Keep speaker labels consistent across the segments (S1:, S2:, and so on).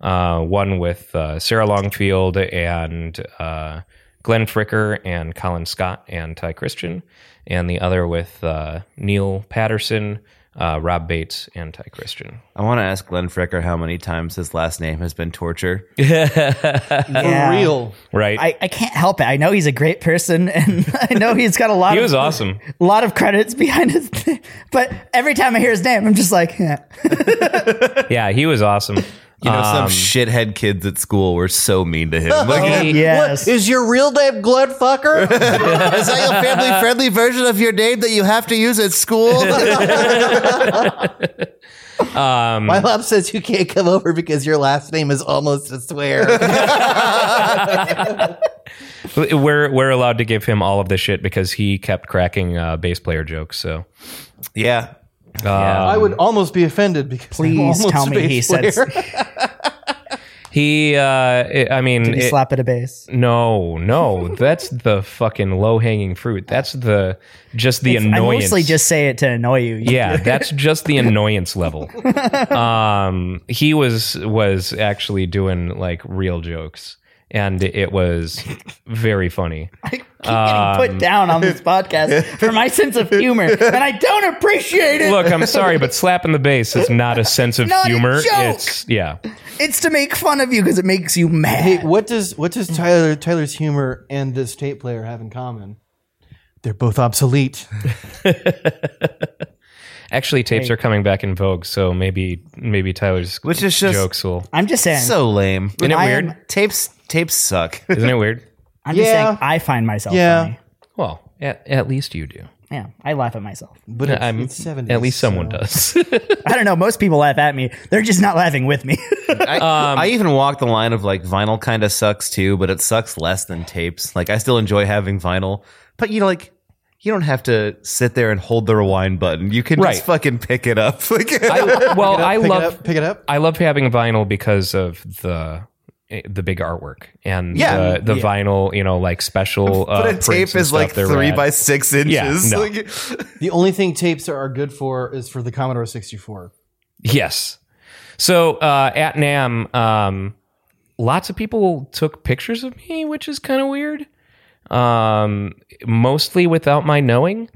S1: uh, one with uh, Sarah Longfield and uh, Glenn Fricker and Colin Scott and Ty Christian, and the other with uh, Neil Patterson, uh, Rob Bates, and Ty Christian.
S2: I want to ask Glenn Fricker how many times his last name has been torture.
S3: Yeah.
S4: For real.
S1: Right?
S3: I, I can't help it. I know he's a great person, and I know he's got a lot
S1: he
S3: of
S1: was awesome.
S3: lot of credits behind his. name. But every time I hear his name, I'm just like, eh.
S1: Yeah, he was awesome.
S2: You know, some shithead kids at school were so mean to him. Like,
S3: yes.
S4: Is your real name Glenn Fucker?
S2: Is that your family friendly version of your name that you have to use at school?
S3: Um,
S4: My mom says you can't come over because your last name is almost a swear.
S1: We're we're allowed to give him all of this shit because he kept cracking uh, bass player jokes. So Um,
S2: yeah.
S4: I would almost be offended because I'm
S3: Please
S4: almost
S3: tell
S4: a
S3: me he
S4: bass
S3: said.
S4: player.
S1: he, uh, I I mean,
S3: Did he
S1: it-
S3: slap at a base?
S1: no, no, that's the fucking low hanging fruit. That's the just the annoyance.
S3: I mostly just say it to annoy you.
S1: yeah, that's just the annoyance level. Um, he was was actually doing like real jokes, and it was very funny.
S3: keep getting put down on this podcast for my sense of humor, and I don't appreciate it.
S1: Look, I'm sorry, but slapping the bass is not a sense of
S3: Not a
S1: humor.
S3: joke.
S1: It's yeah.
S3: It's to make fun of you because it makes you
S4: Hey,
S3: mad.
S4: what does what does Tyler Tyler's humor and this tape player have in common? They're both obsolete.
S1: Actually, tapes are coming back in vogue, so maybe maybe Tyler's
S2: Which is just-
S1: jokes will.
S3: I'm just saying.
S2: So lame.
S1: Isn't it
S3: I
S1: weird?
S3: am-
S2: Tapes tapes suck.
S1: Isn't it weird?
S3: I'm just
S4: Yeah.
S3: saying. I find myself
S4: Yeah.
S3: funny.
S1: Well, at, at least you do.
S3: Yeah, I laugh at myself.
S4: But it's,
S1: I'm-
S4: it's 70s,
S1: At least someone
S4: so-
S1: does.
S3: I don't know. Most people laugh at me. They're just not laughing with me.
S2: I,
S1: Um,
S2: I even walk the line of like vinyl kind of sucks too, but it sucks less than tapes. Like I still enjoy having vinyl, but you know, like you don't have to sit there and hold the rewind button. You can
S1: Right.
S2: just fucking pick it up. Like,
S1: I, well, I
S4: Pick
S1: love
S4: it up. Pick it up.
S1: I love having vinyl because of the the big artwork and
S2: Yeah.
S1: the, the vinyl. You know, like special.
S2: but
S1: uh,
S2: a
S1: prints
S2: tape
S1: and
S2: is
S1: stuff
S2: like
S1: they're
S2: three
S1: rad.
S2: by six inches.
S1: no.
S2: Like,
S4: The only thing tapes are good for is for the Commodore 64.
S1: Yes. So uh, at Nam, um, lots of people took pictures of me, which is kind of weird. Um, mostly without my knowing,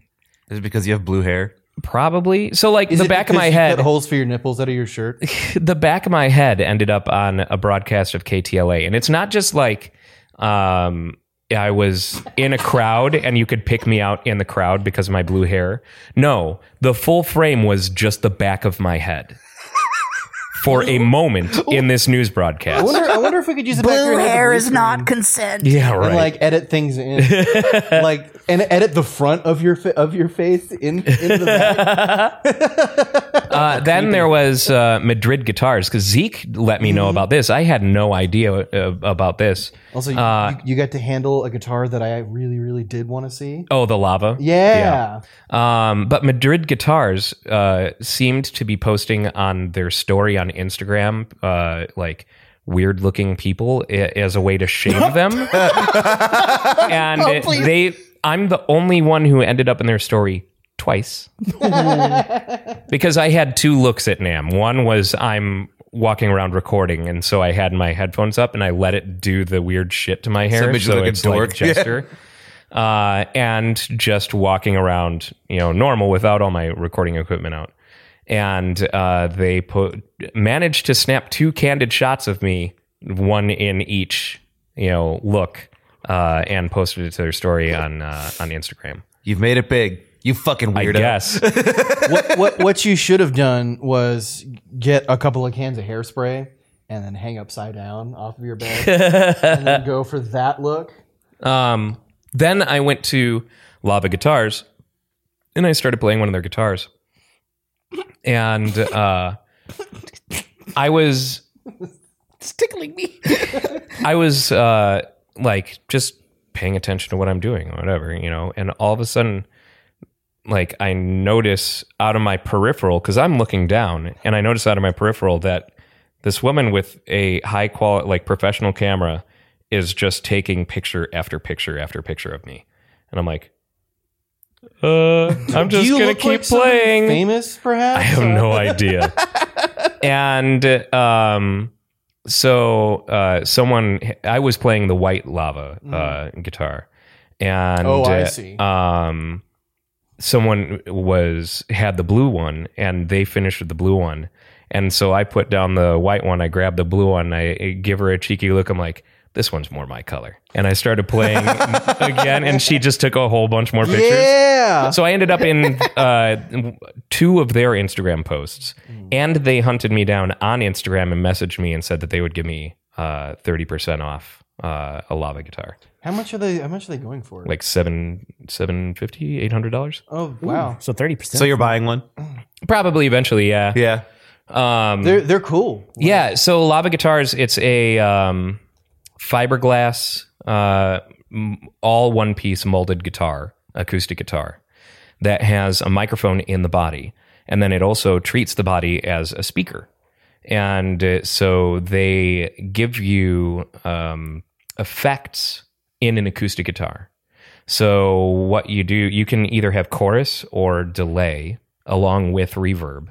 S2: is it because you have blue hair?
S1: probably. So like
S4: Is
S1: the
S4: it
S1: back of
S4: because
S1: my
S4: you
S1: head,
S4: Cut holes for your nipples out of your shirt.
S1: the back of my head ended up on a broadcast of KTLA, and it's not just like. Um, I was in a crowd and you could pick me out in the crowd because of my blue hair. No, the full frame was just the back of my head. for a moment in this news broadcast.
S4: wonder, I wonder if we could use the back
S3: Blue
S4: room as a
S3: hair is
S4: blue
S3: not
S4: screen
S3: consent.
S1: Yeah, right.
S4: And like edit things in, like and edit the front of your fa- of your face in into the back.
S1: Uh, then there was uh, Madrid guitars because Zeke let me know about this. I had no idea uh, about this.
S4: Also, you,
S1: Uh,
S4: you, you got to handle a guitar that I really, really did want to see.
S1: Oh, the lava.
S4: Yeah,
S1: Um, but Madrid Guitars uh, seemed to be posting on their story on Instagram, uh, like weird looking people i- as a way to shame them. and it- they, I'm the only one who ended up in their story twice because I had two looks at Nam. One was I'm walking around recording, and so I had my headphones up and I let it do the weird shit to my hair,
S2: Somebody just
S1: so
S2: like a
S1: it's like
S2: dork.
S1: a gesture. Uh, and just walking around, you know, normal without all my recording equipment out. And uh, they put managed to snap two candid shots of me, one in each, you know, look, uh, and posted it to their story on uh, on Instagram.
S2: You've made it big. You fucking
S1: I
S2: weirdo.
S1: guess.
S4: what, what what you should have done was get a couple of cans of hairspray and then hang upside down off of your bed and then go for that look.
S1: Um, then I went to Lava Guitars and I started playing one of their guitars. And uh, I was
S3: It's tickling me.
S1: I was uh, like just paying attention to what I'm doing or whatever, you know, and all of a sudden like I notice out of my peripheral cuz I'm looking down and I notice out of my peripheral that this woman with a high quality like professional camera is just taking picture after picture after picture of me. And I'm like uh, I'm
S4: Do
S1: just
S4: you
S1: going to
S4: look
S1: keep
S4: like someone
S1: playing.
S4: Famous, perhaps. Uh,
S1: I have no idea. and um, so uh, someone, I was playing the white lava uh, guitar, and
S4: Mm. Oh, I
S1: uh,
S4: see.
S1: Um, someone was had the blue one, and they finished with the blue one, and so I put down the white one. I grabbed the blue one. I, I give her a cheeky look. I'm like. This one's more my color. And I started playing again, and she just took a whole bunch more pictures.
S4: Yeah.
S1: So I ended up in uh, two of their Instagram posts, and they hunted me down on Instagram and messaged me and said that they would give me uh, thirty percent off uh, a lava guitar,
S4: How much are they? How much are they going for?
S1: like seven seven fifty eight hundred dollars,
S4: oh wow,
S3: So thirty percent.
S2: So you're buying one?
S1: probably eventually. Yeah,
S2: Yeah.
S1: Um,
S4: they're they're cool.
S1: yeah. So lava guitars, it's a um, fiberglass, uh, m- all one piece molded guitar, acoustic guitar, that has a microphone in the body, and then it also treats the body as a speaker, and uh, so they give you um, effects in an acoustic guitar. So what you do, you can either have chorus or delay along with reverb,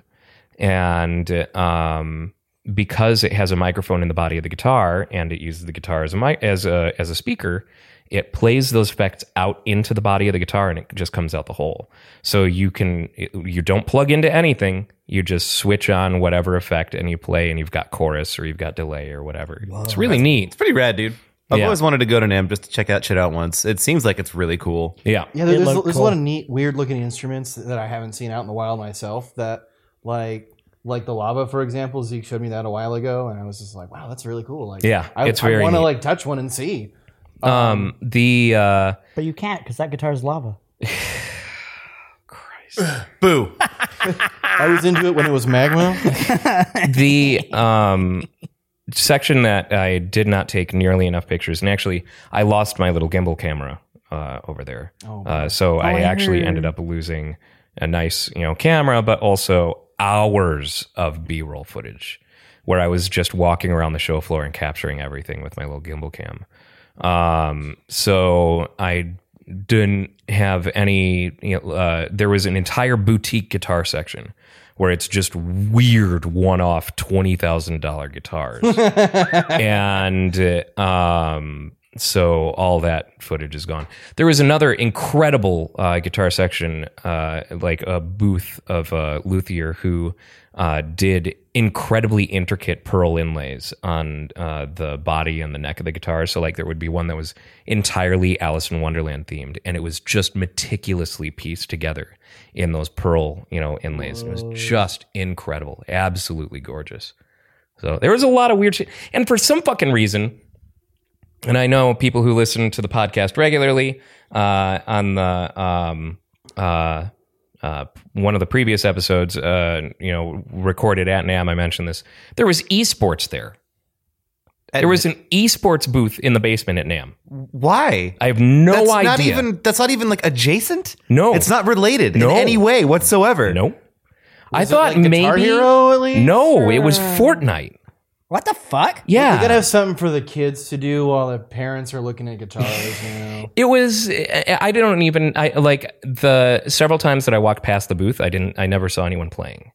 S1: and um, because it has a microphone in the body of the guitar and it uses the guitar as a mic as a as a speaker, it plays those effects out into the body of the guitar and it just comes out the whole. So you can you don't plug into anything. You just switch on whatever effect and you play and you've got chorus or you've got delay or whatever. It's really neat.
S2: It's pretty rad, dude. I've
S1: Yeah.
S2: always wanted to go to NAM just to check that shit out once. It seems like it's really cool.
S1: Yeah.
S4: Yeah, there,
S3: It
S4: there's,
S3: looked
S4: there's a lot of
S3: cool.
S4: neat, weird looking instruments that I haven't seen out in the wild myself. That like like the lava, for example, Zeke showed me that a while ago, and I was just like, wow, that's really cool. Like,
S1: Yeah,
S4: I,
S1: it's very
S4: want to
S1: neat.
S4: like touch one and see.
S1: Um the uh
S3: but you can't because that guitar is lava.
S2: Boo.
S4: I was into it when it was magma.
S1: the um section that I did not take nearly enough pictures, and actually I lost my little gimbal camera uh, over there, uh, so I, actually ended up losing a nice you know camera, but also hours of B-roll footage where I was just walking around the show floor and capturing everything with my little gimbal cam. Um, so I didn't have any. You know, uh, there was an entire boutique guitar section where it's just weird one-off twenty thousand dollar guitars, and uh, um, so all that footage is gone. There was another incredible uh, guitar section, uh, like a booth of a luthier who uh, did incredibly intricate pearl inlays on uh, the body and the neck of the guitar. So, like, there would be one that was entirely Alice in Wonderland themed, and it was just meticulously pieced together in those pearl, you know, inlays. It was just incredible, absolutely gorgeous. So there was a lot of weird shit. And for some fucking reason, and I know people who listen to the podcast regularly uh, on the um, uh, uh, one of the previous episodes, uh, you know, recorded at NAM. I mentioned this. There was esports there. There was an esports booth in the basement at NAM.
S2: Why?
S1: I have no
S2: that's
S1: idea.
S2: Not even that's not even like adjacent.
S1: No.
S2: it's not related
S1: No.
S2: in any way whatsoever.
S1: Nope. I thought
S4: Guitar
S1: maybe
S4: Hero at least?
S1: no, it was Fortnite.
S3: What the fuck?
S1: Yeah,
S4: You gotta have something for the kids to do while the parents are looking at guitars. You know,
S1: it was. I I don't even. I like the several times that I walked past the booth. I didn't. I never saw anyone playing.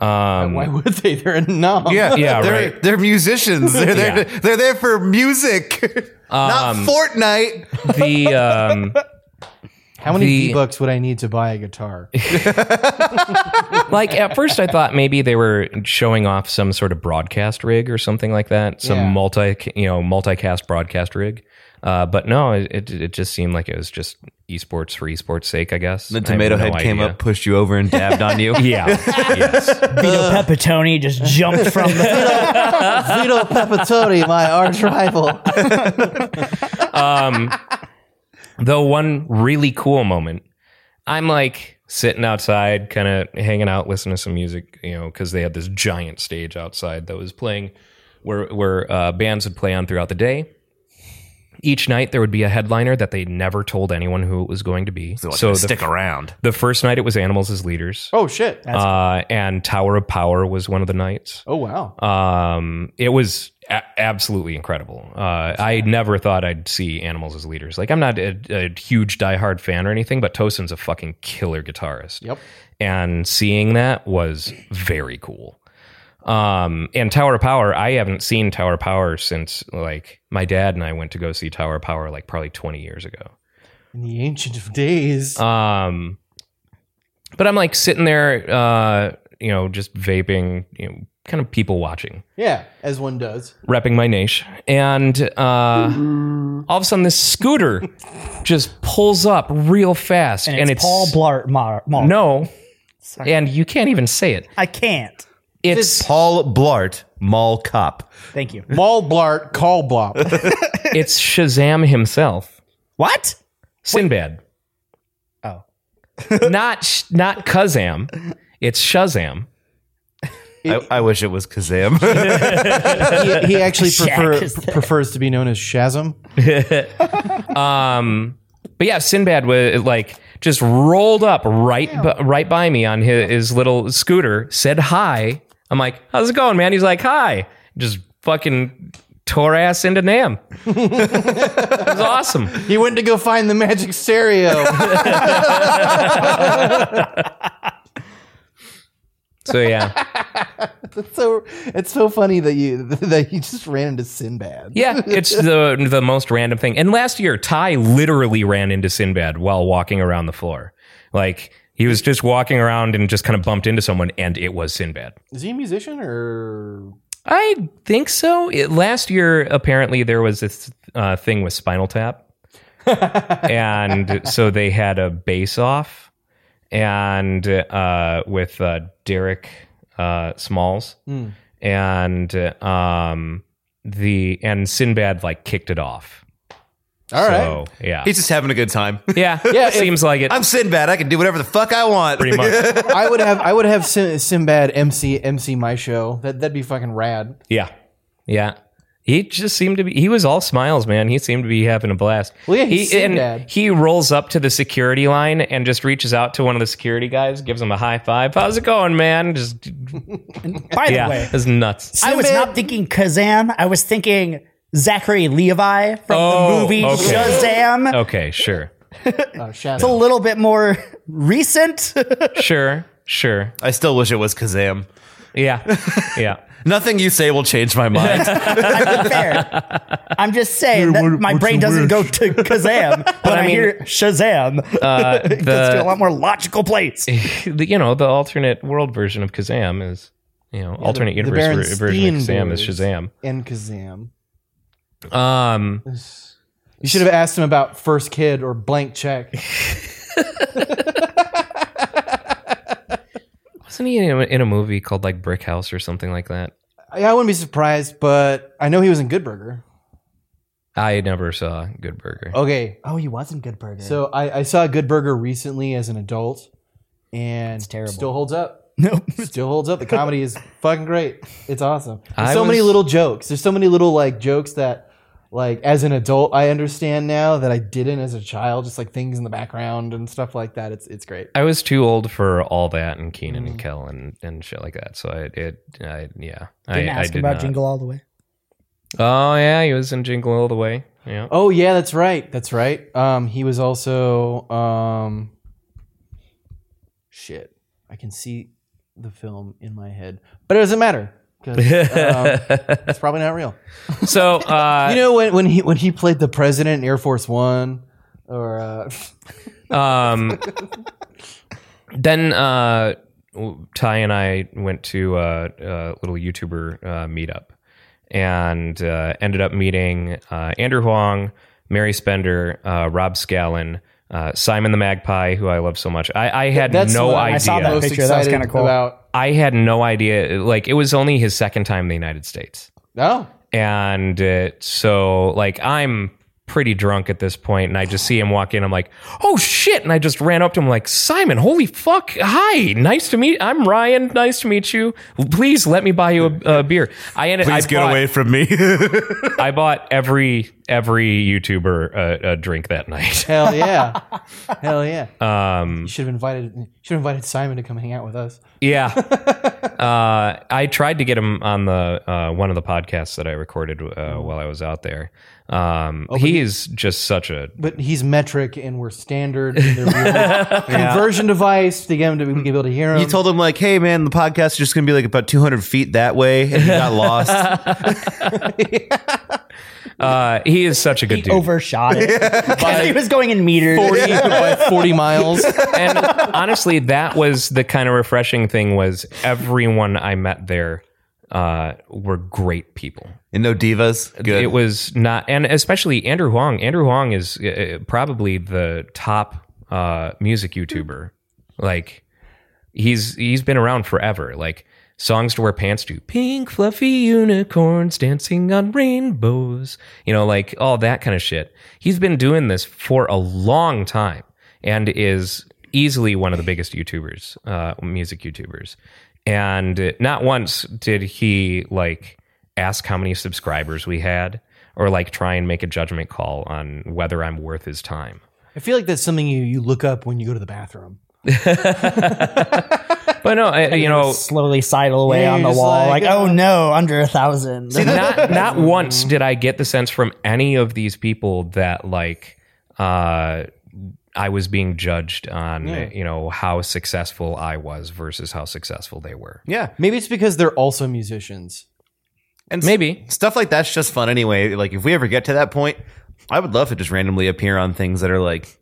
S1: Um,
S4: why would they? They're a knob.
S2: Yeah,
S1: Yeah,
S2: They're,
S1: right.
S2: they're musicians. They're there.
S1: Yeah. Um,
S2: They're there for music, not Fortnite.
S1: the um,
S4: How many
S1: The-
S4: V bucks would I need to buy a guitar?
S1: like at first I thought maybe they were showing off some sort of broadcast rig or something like that, some
S4: Yeah.
S1: multi you know multicast broadcast rig. Uh, but no, it, it it just seemed like it was just esports for esports' sake, I guess. I
S2: The
S1: have
S2: tomato
S1: no
S2: head came
S1: idea.
S2: up, pushed you over, and dabbed on you.
S1: Yeah. yes.
S3: Vito Pepitone just jumped from the.
S4: Vito Pepitone, my arch rival.
S1: Though one really cool moment, I'm like sitting outside, kind of hanging out, listening to some music, you know, because they had this giant stage outside that was playing where where uh, bands would play on throughout the day. Each night there would be a headliner that they never told anyone who it was going to be. So, the,
S2: stick around.
S1: the first night it was Animals as Leaders,
S4: Oh shit!
S1: uh, and Tower of Power was one of the nights.
S4: Oh wow!
S1: Um, it was a- absolutely incredible. Uh, I never thought I'd see animals as leaders. Like, I'm not a, a huge diehard fan or anything, but Tosin's a fucking killer guitarist.
S4: Yep.
S1: And seeing that was very cool. Um, and Tower of Power, I haven't seen Tower of Power since like my dad and I went to go see Tower of Power like probably 20 years ago.
S4: In the ancient of days.
S1: Um, but I'm like sitting there, uh, you know, just vaping, you know, kind of people watching.
S4: yeah, as one does.
S1: repping my niche. And uh,
S3: Mm-hmm.
S1: all of a sudden, this scooter just pulls up real fast. And
S3: And, it's Paul Blart Mar. Mar-
S1: No. And you can't even say it.
S3: I can't.
S1: It's
S2: Paul Blart, mall cop.
S3: Thank you.
S4: Mall blart, call blop.
S1: it's Shazam himself,
S3: What?
S1: Sinbad.
S3: Oh.
S1: not sh- not Kazam. It's Shazam.
S2: I, I wish it was Kazam.
S4: he, he actually
S3: Shaq
S4: prefer,
S3: is there.
S4: prefers to be known as Shazam.
S1: But yeah, Sinbad was like just rolled up right b- right by me on his, his little scooter, said hi. I'm like, how's it going, man? He's like, hi. Just fucking tore ass into Nam. it was awesome.
S4: He went to go find the magic stereo.
S1: So yeah,
S4: so it's so funny that you that you just ran into Sinbad.
S1: yeah, it's the the most random thing. And last year, Ty literally ran into Sinbad while walking around the floor. Like he was just walking around and just kind of bumped into someone, and it was Sinbad.
S4: Is he a musician or
S1: I think so. It, last year, apparently, there was this uh, thing with Spinal Tap. and so they had a bass off and uh, with uh, Derek uh, Smalls. And um, the and Sinbad like kicked it off.
S4: all right?
S1: So yeah,
S2: He's just having a good time.
S1: yeah, yeah. Seems like it.
S2: I'm Sinbad. I can do whatever the fuck I want.
S1: pretty much.
S4: I would have I would have Sin, Sinbad MC MC my show. That that'd be fucking rad.
S1: Yeah, yeah. He just seemed to be. He was all smiles, man. He seemed to be having a blast.
S4: Well, yeah, he's
S1: he and
S4: Sinbad.
S1: he rolls up to the security line and just reaches out to one of the security guys, gives him a high five. How's it going, man? Just
S3: By the
S1: yeah,
S3: way,
S1: it's nuts.
S3: I was
S4: Sinbad-
S3: not thinking Kazam. I was thinking Zachary Levi from
S1: Oh,
S3: the movie
S1: okay.
S3: Shazam.
S1: Okay, sure,
S4: Uh, Shazam.
S3: A little bit more recent.
S1: sure, sure.
S2: I still wish it was Kazam.
S1: Yeah, yeah.
S2: Nothing you say will change my mind.
S3: I'm fair. I'm just saying that my brain doesn't go to Kazam, but I,
S1: mean- uh,
S3: hear Shazam. it gets to a lot more logical place.
S1: The, you know, the alternate world version of Kazam is. You know, alternate
S4: the
S1: universe ver- version of Kazam is
S4: Berenstein
S1: Shazam.
S4: and Kazam.
S1: Um,
S4: You should have asked him about first kid or blank check.
S1: wasn't he in a, in a movie called like Brick House or something like that?
S4: I, I wouldn't be surprised, but I know he was in Good Burger.
S1: I never saw Good Burger.
S4: Okay,
S3: Oh, he was in Good Burger.
S4: so I, I saw Good Burger recently as an adult, and
S3: It's terrible.
S4: still holds up.
S3: nope.
S4: Still holds up. The comedy is fucking great. It's awesome. There's
S1: I
S4: so many
S1: was-
S4: little jokes. There's so many little like jokes that like as an adult I understand now that I didn't as a child. Just like things in the background and stuff like that. It's it's great.
S1: I was too old for all that and Keenan
S3: Mm.
S1: and Kel and, and shit like that. So I it I yeah.
S3: Didn't
S1: I, I
S3: ask
S1: did
S3: about
S1: not.
S3: Jingle All the Way.
S1: Oh yeah, he was in Jingle All the Way. Yeah.
S4: Oh yeah, that's right. That's right. Um, he was also um, shit. I can see the film in my head, but it doesn't matter because um, it's probably not real.
S1: So uh,
S4: You know when when he when he played the president in Air Force One, or uh,
S1: um, then uh, w- Ty and I went to a, a little YouTuber uh, meetup and uh, ended up meeting uh, Andrew Huang, Mary Spender, uh, Rob Scallon, uh, Simon the Magpie, who I love so much. I, I had
S4: That's
S1: no
S4: what
S1: idea.
S4: I
S1: I,
S3: saw that. picture, was
S4: excited
S3: kinda cool.
S4: About
S1: had no idea. Like it was only his second time in the United States,
S4: no,
S1: and uh, so like I'm pretty drunk at this point and I just see him walk in I'm like oh shit and I just ran up to him like Simon holy fuck hi nice to meet I'm Ryan nice to meet you please let me buy you a, a beer I ended
S5: Please
S1: I
S5: get
S1: bought,
S5: away from me.
S1: I bought every every YouTuber uh, a drink that night
S4: hell yeah, hell yeah.
S1: um
S4: You should have invited should have invited Simon to come hang out with us.
S1: Yeah. uh, I tried to get him on the uh, one of the podcasts that I recorded uh, while I was out there. Um, he is just such a
S4: But he's metric and we're standard. And they're weird. Conversion device to get him to we can be able to hear him.
S2: You told him like, "Hey, man, the podcast is just gonna be like about 200 feet that way," and he got lost.
S1: uh, he is such a good dude.
S3: Overshot it. he was going in meters.
S4: by forty miles.
S1: and honestly, that was the kind of refreshing thing was everyone I met there uh, were great people.
S2: and no divas. Good.
S1: It was not, and especially Andrew Huang. Andrew Huang is uh, probably the top uh, music YouTuber. Like he's he's been around forever. Like songs to wear pants to, pink fluffy unicorns dancing on rainbows. You know, like all that kind of shit. He's been doing this for a long time and is easily one of the biggest YouTubers, uh, music YouTubers. And not once did he like ask how many subscribers we had or like try and make a judgment call on whether I'm worth his time.
S4: I feel like that's something you, you look up when you go to the bathroom.
S1: But no, I, you know,
S3: slowly sidle away
S4: Yeah,
S3: on the
S4: you're just
S3: wall,
S4: like,
S3: like,
S4: uh,
S3: oh no, under a thousand.
S1: not not once did I get the sense from any of these people that like uh, I was being judged on you know how successful I was versus how successful they were.
S2: yeah,
S4: Maybe it's because they're also musicians.
S2: and s-
S1: Maybe
S2: stuff like that's just fun anyway. Like if we ever get to that point, I would love to just randomly appear on things that are like,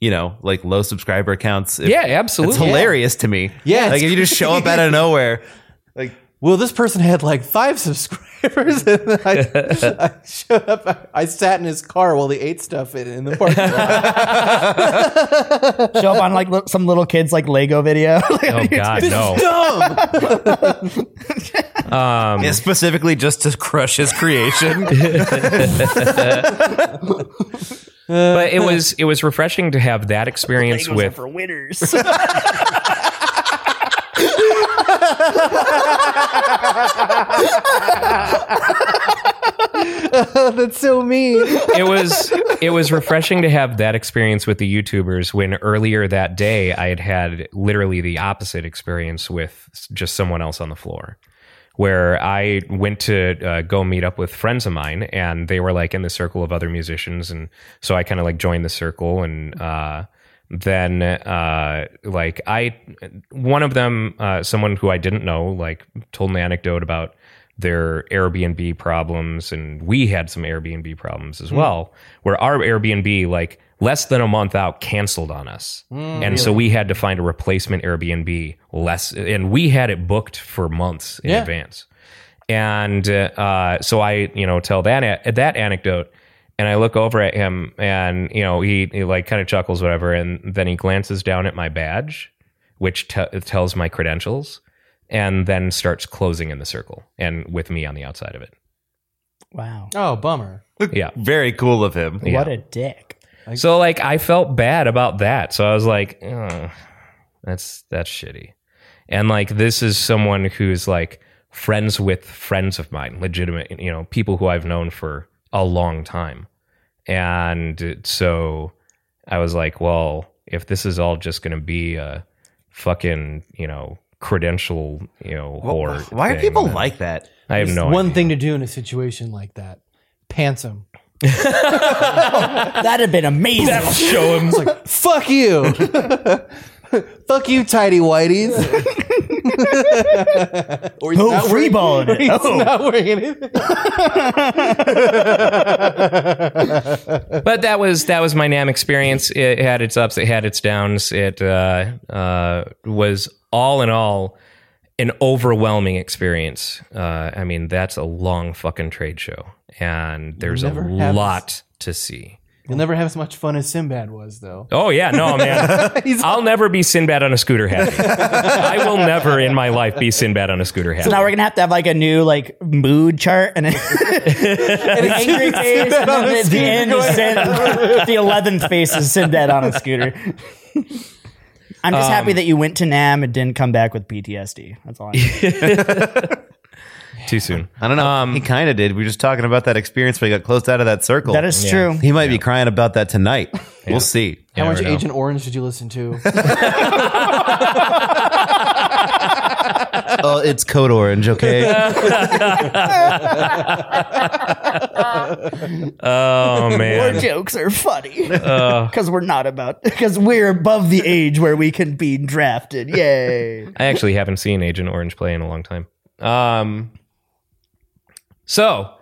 S2: you know, like low subscriber accounts. If-
S1: yeah,
S2: it's
S1: absolutely.
S2: hilarious to me.
S4: Yeah,
S2: like
S4: it's
S2: if you just show up out of nowhere. Like
S4: Well, this person had like five subscribers, and then I, I showed up. I, I sat in his car while they ate stuff in, in the parking lot.
S3: Show up on like li- some little kids like Lego video.
S1: Oh God, no.
S4: Dumb.
S1: Um,
S2: yeah, specifically just to crush his creation.
S1: But it was it was refreshing to have that experience
S3: Legos are
S1: with
S3: for winners.
S4: That's so mean.
S1: it was it was refreshing to have that experience with the YouTubers when earlier that day I had had literally the opposite experience with s- just someone else on the floor. Where I went to uh, go meet up with friends of mine, and they were like in the circle of other musicians, and so I kind of like joined the circle, and uh, then uh, like I, one of them, uh, someone who I didn't know, like told an anecdote about their Airbnb problems, and we had some Airbnb problems as well, where our Airbnb, like less than a month out, canceled on us. and so we had to find a replacement Airbnb less, and we had it booked for months in
S4: Yeah.
S1: advance. And uh, uh, so I, you know, tell that a- that anecdote, and I look over at him, and you know, he, he like kind of chuckles, whatever, and then he glances down at my badge, which te- tells my credentials, and then starts closing in the circle and with me on the outside of it.
S3: Wow.
S4: Oh, bummer.
S1: Yeah.
S2: Very cool of him.
S1: Yeah.
S3: What a dick.
S1: So like I felt bad about that. So I was like, "Ugh, that's that's shitty. And like this is someone who's like friends with friends of mine, legitimate, you know, people who I've known for a long time. And so I was like, well, if this is all just going to be a fucking, you know, credential, you know,
S2: Why-
S1: whore.
S2: Why are
S1: thing,
S2: people
S1: then
S2: like that?
S1: I have no
S4: One
S1: idea.
S4: thing to do in a situation like that. Pants him.
S3: That'd have been amazing.
S1: Show him
S4: Fuck you. Fuck you, tidy whiteys. or he's
S3: no free balling it.
S4: He's not wearing anything.
S1: but that was that was my NAM experience. It had its ups, it had its downs. It uh, uh, was all in all an overwhelming experience. Uh, I mean, that's a long fucking trade show, and there's a
S4: Never have-
S1: lot to see.
S4: You'll never have as much fun as Sinbad was, though.
S1: Oh yeah, no man, I'll never be Sinbad on a scooter happy. I will never in my life be Sinbad on a scooter happy.
S3: So now we're gonna have to have like a new like mood chart and an angry face, and then at the end is Sin- the eleventh face is Sinbad on a scooter. I'm just happy that you went to Nam and didn't come back with PTSD. That's all. I'm
S1: Too soon. Um,
S2: I don't know. he kind of did. We were just talking about that experience where he got closed out of that circle.
S3: that is true.
S2: He might be crying about that tonight. We'll see.
S4: How much
S1: never know.
S4: Agent Orange did you listen to?
S2: Oh, it's code orange. Okay.
S1: Oh
S3: Our
S1: man,
S3: jokes are funny because we're not about because we're above the age where we can be drafted. Yay!
S1: I actually haven't seen Agent Orange play in a long time. Um, so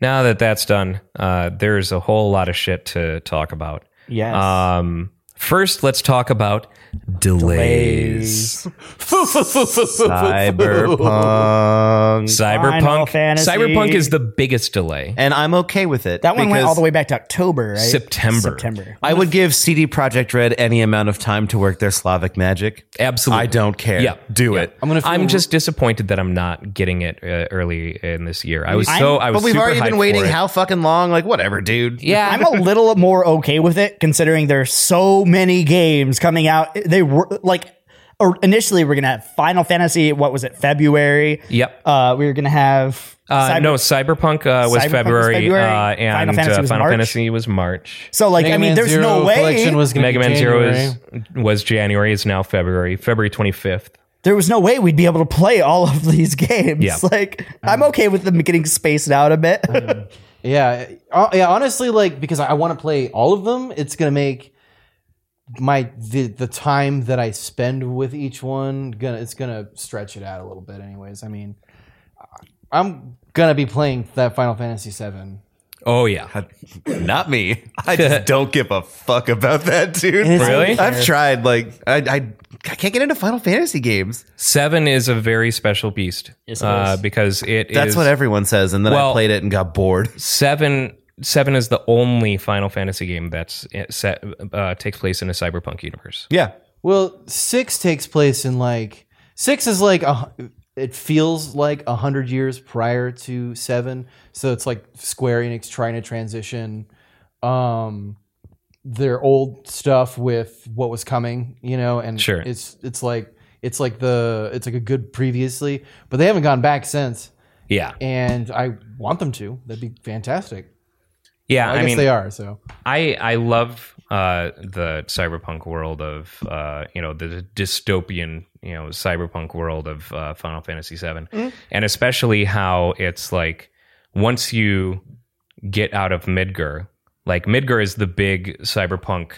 S1: now that that's done, uh, there's a whole lot of shit to talk about.
S3: Yes.
S1: Um, first, let's talk about delays.
S2: Cyberpunk.
S3: Final
S1: Cyberpunk.
S3: Fantasy.
S1: Cyberpunk is the biggest delay.
S2: And I'm okay with it.
S3: that one went
S2: because
S3: all the way back to October, right?
S1: September.
S3: September.
S2: I would give CD Projekt Red any amount of time to work their Slavic magic.
S1: Absolutely.
S2: I don't care.
S1: Yeah.
S2: Do it.
S4: I'm gonna. Feel,
S1: I'm just disappointed that I'm not getting it uh, early in this year. I was so I was.
S2: but we've
S1: super
S2: already
S1: hyped
S2: been
S1: for
S2: waiting
S1: it.
S2: how fucking long? Like, whatever, dude.
S1: Yeah,
S3: I'm a little more okay with it considering there's so many games coming out. They were like or- initially we're gonna have Final Fantasy. What was it? February.
S1: Yep.
S3: Uh, we were gonna have
S1: Uh,
S3: Cyber-
S1: no, Cyberpunk uh, was
S3: Cyberpunk was
S1: February,
S3: February.
S1: Uh, and Final
S3: Final Fantasy
S1: Fantasy, uh,
S3: was
S1: Final
S3: March.
S1: Fantasy was March.
S3: So like I mean,
S4: Man
S3: there's
S4: Zero
S3: no way
S4: Collection was gonna
S1: Mega
S4: be
S1: Man Zero
S4: January.
S1: is, was January. It's now February, February 25th.
S3: there was no way we'd be able to play all of these games.
S1: Yeah.
S3: Like
S6: Uh-huh.
S3: I'm okay with them getting spaced out a bit.
S4: Yeah, uh, yeah. Honestly, like because I, want to play all of them, it's gonna make my the, the time that I spend with each one gonna it's gonna stretch it out a little bit. Anyways, I mean, I'm gonna be playing that Final Fantasy Seven.
S1: Oh yeah,
S2: Not me. I just don't give a fuck about that, dude.
S1: Really?
S2: I've tried. Like, I, I, I can't get into Final Fantasy games.
S1: seven is a very special beast.
S3: Yes, it
S1: uh,
S3: is.
S1: because it
S2: That's
S1: is-
S2: what everyone says. And then I
S1: Well-
S2: played it and got bored.
S1: seven. Seven is the only Final Fantasy game that's set, uh, takes place in a cyberpunk universe.
S2: Yeah.
S4: Well, six takes place in like six is like a. hu- It feels like a hundred years prior to seven, so it's like Square Enix trying to transition um, their old stuff with what was coming, you know. And
S1: Sure.
S4: it's it's like it's like the it's like a good previously, but they haven't gone back since.
S1: Yeah,
S4: And I want them to. That'd be fantastic.
S1: yeah.
S4: I,
S1: I,
S4: guess
S1: mean,
S4: they are. So
S1: I I love uh, the cyberpunk world of uh, you know the dystopian you know cyberpunk world of uh, Final Fantasy VII, and especially how it's like once you get out of Midgar, like Midgar is the big cyberpunk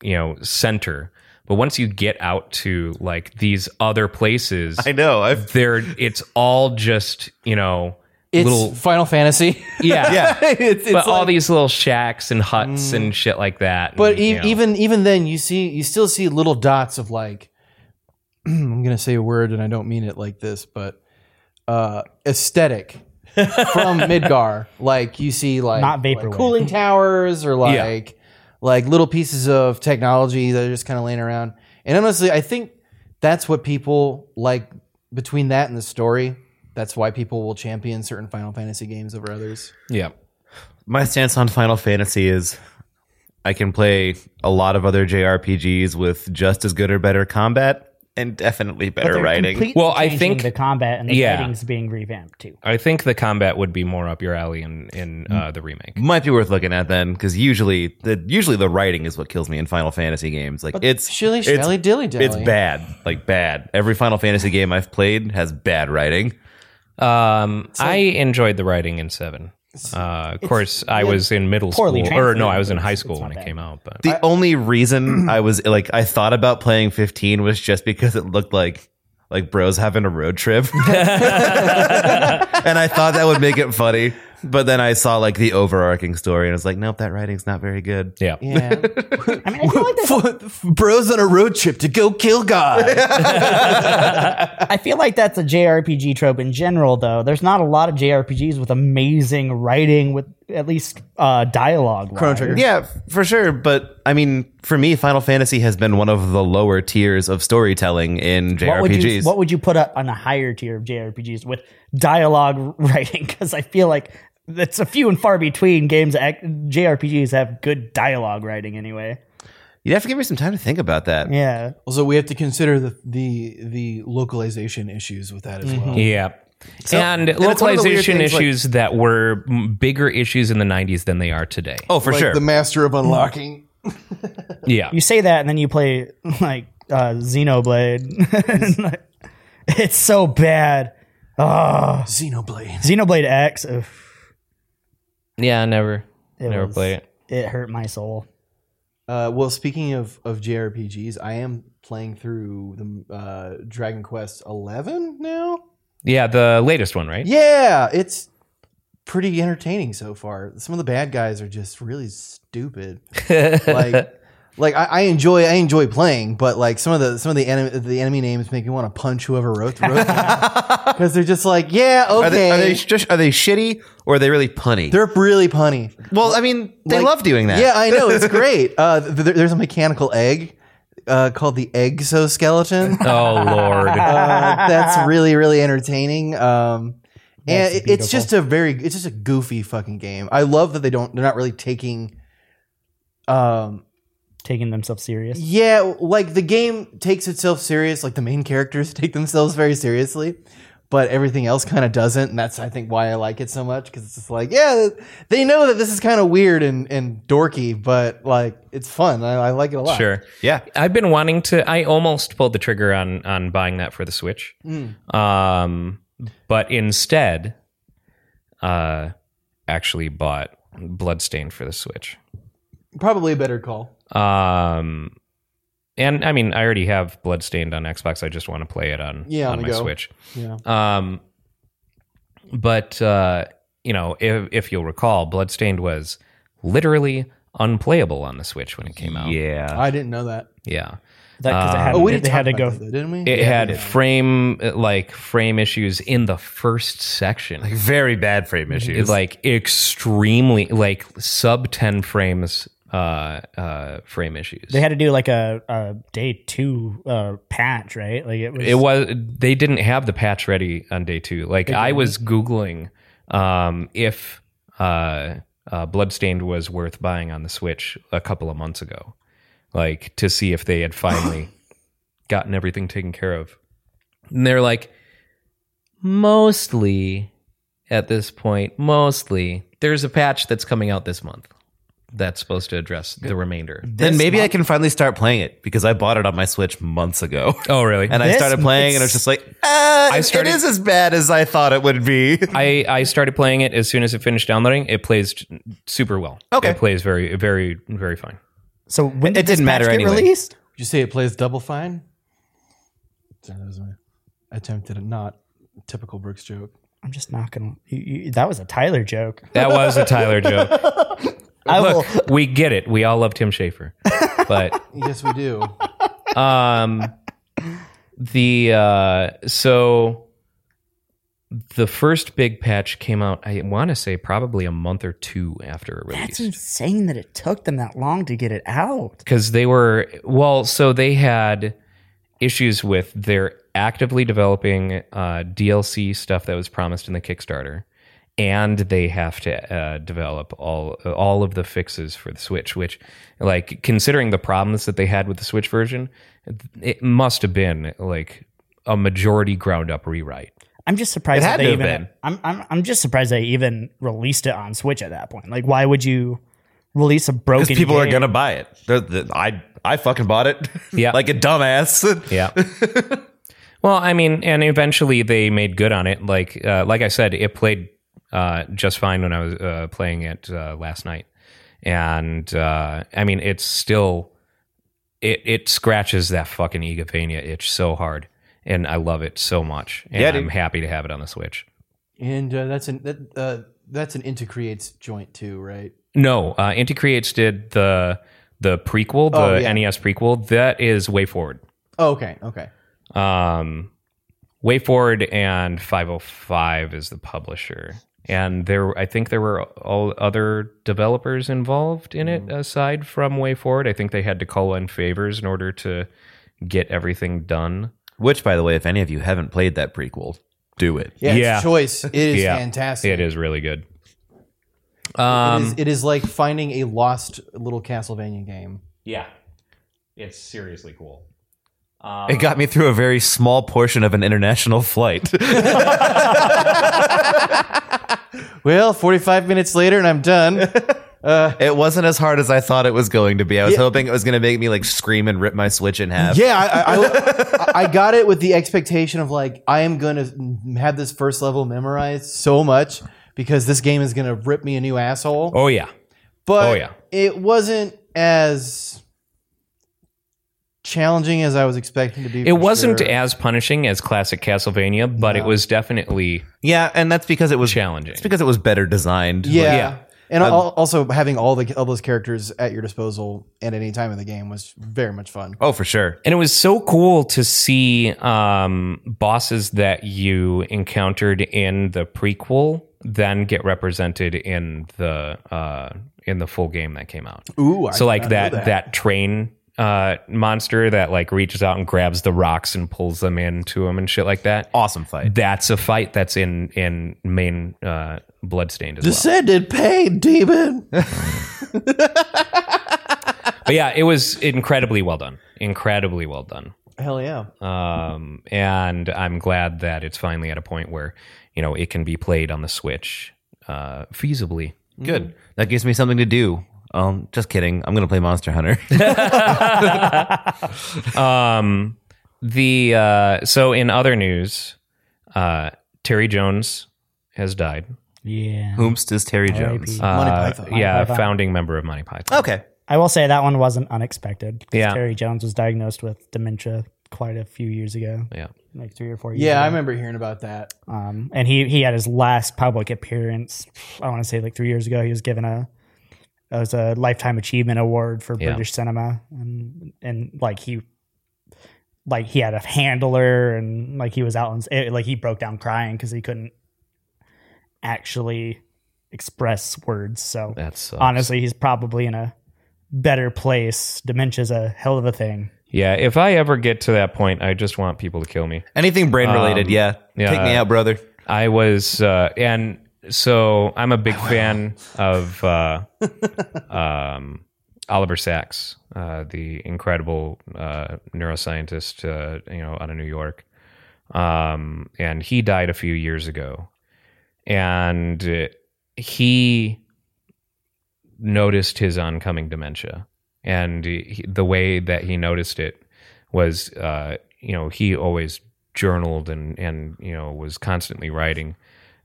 S1: you know center, but once you get out to like these other places,
S2: I know. I've
S1: there it's all just you know
S4: it's
S1: little
S4: Final Fantasy.
S1: yeah yeah.
S4: it's, it's
S1: But all
S4: like-
S1: these little shacks and huts and shit like that.
S6: Mm,
S4: But
S1: and,
S4: e-
S1: you know.
S4: even even then, you see you still see little dots of like I'm gonna say a word and I don't mean it like this, but uh, aesthetic from Midgar. Like you see like
S3: Not
S4: like
S3: vaporwave.
S4: cooling towers or
S1: Yeah.
S4: like like little pieces of technology that are just kind of laying around. And honestly, I think that's what people like between that and the story, that's why people will champion certain Final Fantasy games over others.
S1: Yeah.
S6: My stance on Final Fantasy is I can play a lot of other JRPGs with just as good or better combat and definitely better
S3: They're
S6: writing.
S3: completely
S1: Well, I
S3: changing
S1: think-
S3: the combat and the
S1: Yeah.
S3: fighting's being revamped too.
S1: I think the combat would be more up your alley in in uh, the remake.
S6: Might be worth looking at then, because usually the usually the writing is what kills me in Final Fantasy games. Like it's
S4: shilly
S6: it's-
S4: shally dilly dilly.
S6: It's bad, like bad. Every Final Fantasy game I've played has bad writing.
S1: Um, I enjoyed the writing in Seven. Uh, of course, I was in middle
S3: poorly
S1: school, or no,
S3: translated,
S1: I was in
S3: but
S1: high
S3: it's-
S1: school
S3: it's
S1: when
S3: not
S1: it
S3: bad.
S1: came out. But
S6: The only reason I was like I thought about playing 15 was just because it looked like like bros having a road trip. and I thought that would make it funny, but then I saw like the overarching story and I was like, nope, that writing's not very good.
S1: yeah,
S4: Yeah.
S3: I mean, I feel like that's,
S4: Bros on a road trip to go kill God.
S3: I feel like that's a JRPG trope in general, though. There's not a lot of JRPGs with amazing writing with at least uh, dialogue.
S4: Chrono
S3: Line.
S4: Trigger.
S6: Yeah, for sure. But I mean, for me, Final Fantasy has been one of the lower tiers of storytelling in JRPGs.
S3: What would you What would you put up on a higher tier of JRPGs with dialogue writing? Because I feel like that's a few and far between games. that act- JRPGs have good dialogue writing anyway.
S6: You'd have to give me some time to think about that.
S3: Yeah,
S4: Also, we have to consider the the the localization issues with that as
S6: Mm-hmm.
S4: well.
S1: yeah. and
S6: it's one of the weird
S1: localization
S6: things, like-
S1: issues that were mm, bigger issues in the '90s than they are today.
S6: Oh, for
S4: Like
S6: sure.
S4: the master of unlocking.
S1: yeah,
S3: you say that, and then you play like uh, Xenoblade. it's so bad. Oh,
S4: Mm-hmm. Xenoblade.
S3: Xenoblade X. ugh,
S1: yeah. Never,
S3: it
S1: never
S3: was-
S1: play it.
S3: It hurt my soul.
S4: Uh, well, speaking of, of JRPGs, I am playing through the uh, Dragon Quest Eleven now.
S1: Yeah, the latest one, right?
S4: Yeah, it's pretty entertaining so far. Some of the bad guys are just really stupid. like, like I, I enjoy I enjoy playing, but like some of the some of the enemy the enemy names make me want to punch whoever wrote the because they're just like, yeah, okay,
S6: Are they, are they
S4: they,
S6: just are they shitty or are they really punny?
S4: are really punny.
S6: well, I mean, they
S4: Like-
S6: love doing that.
S4: Yeah, I know it's great. Uh, th- there- there's a mechanical egg uh, called the exoskeleton.
S1: Oh lord.
S4: uh, that's really really entertaining. Um, and
S3: That's
S4: it-
S3: beautiful.
S4: it's just a very it's just a goofy fucking game. I love that they don't they're not really taking. Um.
S3: Taking themselves serious.
S4: Yeah, like the game takes itself serious. Like the main characters take themselves very seriously, but everything else kind of doesn't. And that's I think why I like it so much because it's just like yeah, they know that this is kind of weird and and dorky, but like it's fun. I, I like it a lot.
S1: Sure.
S6: Yeah.
S1: I've been wanting to. I almost pulled the trigger on on buying that for the Switch,
S4: Mm.
S1: um, but instead, uh, actually bought Bloodstained for the Switch.
S4: Probably a better call.
S1: Um, and I mean, I already have Bloodstained on Xbox. I just want to play it on
S4: Yeah, on
S1: on
S4: the
S1: my
S4: go.
S1: Switch.
S4: Yeah.
S1: Um, but uh, you know, if if you'll recall, Bloodstained was literally unplayable on the Switch when it came out.
S6: Yeah.
S4: I didn't know that.
S1: yeah.
S3: That, 'cause it had,
S4: Oh, we
S3: it
S4: didn't
S3: had
S4: talk
S3: to
S4: about
S3: go.
S4: that, though, didn't we?
S1: It
S4: Yeah,
S1: had
S4: we did.
S1: frame like frame issues in the first section.
S6: Very bad frame issues.
S1: It, like extremely like sub 10 frames uh uh frame issues.
S3: They had to do like a, a day two uh, patch, right? Like it was.
S1: it was they didn't have the patch ready on day 2. Like I was googling um if uh uh Bloodstained was worth buying on the Switch a couple of months ago. Like to see if they had finally gotten everything taken care of. And they're like, mostly at this point, mostly there's a patch that's coming out this month that's supposed to address the remainder.
S6: then maybe I can finally start playing it because I bought it on my Switch months ago.
S1: Oh, really?
S6: And I
S3: This-
S6: started playing and I was just like, ah,
S2: "Uh,
S6: it-
S1: started-
S6: it is as bad as I thought it would be.
S1: I, I started playing it as soon as it finished downloading. It plays t- super well.
S6: Okay.
S1: It plays very, very, very fine.
S3: so when did
S6: it
S3: this
S6: didn't matter
S3: patch get
S6: anyway.
S3: Released?
S4: Did you say it plays double fine? Sorry, that was my attempt at a not typical Brooks joke.
S3: I'm just not gonna. You, you, that was a Tyler joke.
S1: That was a Tyler joke.
S3: I will.
S1: Look, we get it. We all love Tim Schafer. But
S4: Yes, we do.
S1: um the uh so the first big patch came out i want to say probably a month or two after it
S3: That's
S1: released
S3: insane that it took them that long to get it out.
S1: because they were well so they had issues with their actively developing uh, DLC stuff that was promised in the Kickstarter, and they have to uh, develop all all of the fixes for the Switch. Which, like, considering the problems that they had with the Switch version, it must have been like a majority ground up rewrite.
S3: I'm just
S1: It
S3: surprised that
S1: had
S3: they
S1: to have
S3: even.
S1: been.
S3: I'm, I'm I'm just surprised they even released it on Switch at that point. Like, why would you release a broken?
S2: Because people are
S3: game?
S2: gonna buy it. They're- they're- I I fucking bought it.
S1: Yeah.
S2: like a dumbass.
S1: Yeah. well, I mean, and eventually they made good on it. Like, uh, like I said, it played uh, just fine when I was uh, playing it uh, last night, and uh, I mean, it's still it it scratches that fucking Egopania itch so hard, and I love it so much, and
S2: Yeah, dude.
S1: I'm happy to have it on the Switch.
S4: And uh, that's an that, uh, that's an Into Creates joint too, right?
S1: No, uh, Inti Creates did the the prequel, the
S4: Oh, yeah.
S1: NES prequel. That is way forward.
S4: Oh, okay, okay.
S1: um, Way Forward and 505 is the publisher. And there, I think there were all other developers involved in it aside from Way Forward. I think they had to call in favors in order to get everything done.
S2: Which, by the way, if any of you haven't played that prequel, do it.
S4: Yeah,
S1: Yeah.
S4: It's choice. It is
S1: Yeah.
S4: fantastic.
S1: It is really good.
S4: It
S1: Um,
S4: is, it is like finding a lost little Castlevania game.
S1: Yeah, it's seriously cool. Um,
S2: It got me through a very small portion of an international flight.
S4: Well, 45 minutes later, and I'm done. Uh,
S2: it wasn't as hard as I thought it was going to be. I was hoping it was going to make me like scream and rip my switch in half.
S4: yeah, I, I- I, I got it with the expectation of like, I am going to have this first level memorized so much because this game is going to rip me a new asshole.
S1: Oh yeah,
S4: but
S1: oh, yeah.
S4: it wasn't as challenging as I was expecting to be.
S1: it
S4: for
S1: wasn't
S4: sure.
S1: as punishing as classic Castlevania, but it was definitely
S2: yeah, and that's because it was
S1: challenging.
S2: It's because it was better designed.
S4: Yeah.
S1: Yeah. Um,
S4: And al also having all the all those characters at your disposal at any time in the game was very much fun.
S2: Oh, for sure.
S1: And it was so cool to see um, bosses that you encountered in the prequel then get represented in the uh, in the full game that came out.
S4: Ooh, I
S1: so like
S4: did not know
S1: that, that train uh, monster that like reaches out and grabs the rocks and pulls them into him and shit like that.
S2: Awesome fight.
S1: That's a fight that's in in main uh, bloodstained as well.
S4: Descended pain, demon.
S1: But yeah, it was incredibly well done. Incredibly well done.
S4: Hell yeah.
S1: um, and I'm glad that it's finally at a point where you know it can be played on the Switch uh, feasibly.
S2: Good. That gives me something to do. Um, just kidding. I'm gonna play Monster Hunter.
S1: Um, the uh, so in other news, uh, Terry Jones has died.
S3: Yeah.
S2: Whomst is Terry Jones.
S3: R.I.P.
S4: Money
S1: Uh,
S4: Python.
S1: yeah,
S3: Python.
S1: founding member of Monty Python.
S2: Okay.
S3: I will say that one wasn't unexpected. 'cause
S1: Yeah.
S3: Terry Jones was diagnosed with dementia quite a few years ago,
S1: Yeah,
S3: like three or four years.
S4: Yeah, I
S3: ago.
S4: remember hearing about that.
S3: Um, and he he had his last public appearance. I want to say like three years ago. He was given a it was a lifetime achievement award for
S1: Yeah.
S3: British cinema, and and like he like he had a handler, and like he was out on it, like he broke down crying because he couldn't actually express words. So
S1: that's uh,
S3: honestly, he's probably in a better place. Dementia's a hell of a thing.
S1: yeah. If I ever get to that point, I just want people to kill me.
S2: Anything brain related? yeah.
S1: Um, yeah.
S2: Take me out, brother.
S1: I was, uh, and so I'm a big fan of uh, um, Oliver Sacks, uh, the incredible uh, neuroscientist, uh, you know, out of New York. Um, and he died a few years ago, and uh, he noticed his oncoming dementia, and he, the way that he noticed it was, uh, you know, he always journaled and and you know was constantly writing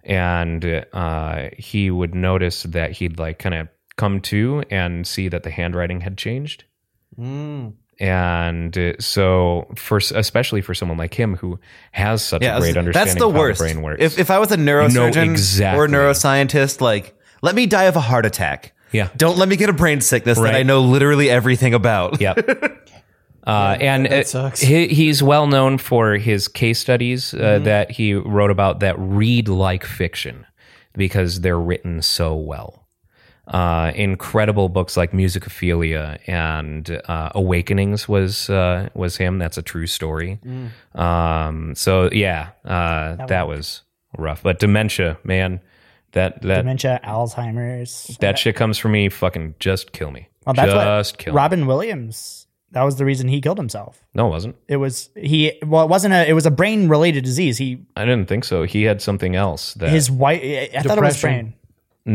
S1: and uh, he would notice that he'd like kind of come to and see that the handwriting had changed
S4: Mm.
S1: and uh, so for s- especially for someone like him who has such
S2: Yeah.
S1: a great
S2: that's-
S1: understanding
S2: That's the
S1: of how
S2: worst.
S1: the brain works
S2: If if I was a neurosurgeon
S1: exactly.
S2: or neuroscientist, like let me die of a heart attack.
S1: yeah
S2: Don't let me get a brain sickness
S1: Right.
S2: that I know literally everything about.
S1: Yep. Uh, and
S4: that
S1: uh,
S4: sucks.
S1: He, he's well known for his case studies uh, that he wrote about that read like fiction because they're written so well. uh, incredible books like Musicophilia and uh, Awakenings was uh, was him. That's a true story. Um, so yeah, uh, that, was rough. But dementia, man, that that
S3: Dementia, Alzheimer's.
S1: that shit comes from me. Fucking just kill me.
S3: Well, that's
S1: just
S3: what
S1: kill me.
S3: Robin Williams. That was the reason he killed himself.
S1: No, it wasn't.
S3: It was he. Well, it wasn't a. It was a brain related disease. He
S1: I didn't think so. He had something else that
S3: his wife. I I thought it was
S4: Depression.
S3: brain.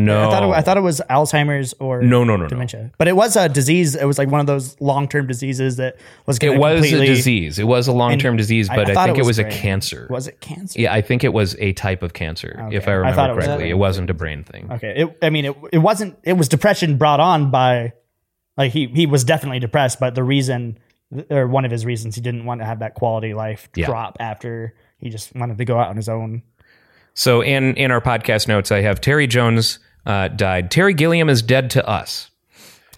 S1: no.
S3: I thought it, I thought it was Alzheimer's or
S1: Oh. No, no, no, no.
S3: dementia. But it was a disease. It was like one of those long term diseases that was. gonna
S1: it was a
S3: completely-
S1: disease. It was a long term
S3: And
S1: disease,
S3: I-
S1: but
S3: I
S1: I,
S3: thought
S1: think
S3: it
S1: it was,
S3: was
S1: a
S3: brain.
S1: cancer.
S3: Was it cancer?
S1: Yeah, I think it was a type of cancer, if I
S3: I
S1: remember
S3: thought it was
S1: correctly.
S3: that.
S1: It wasn't a brain thing.
S3: Okay. It, I mean, it, it wasn't. It was depression brought on by, like he he was definitely depressed, but the reason or one of his reasons he didn't want to have that quality life
S1: Yeah.
S3: drop after he just wanted to go out on his own.
S1: So in in our podcast notes, I have Terry Jones uh, died. Terry Gilliam is dead to us.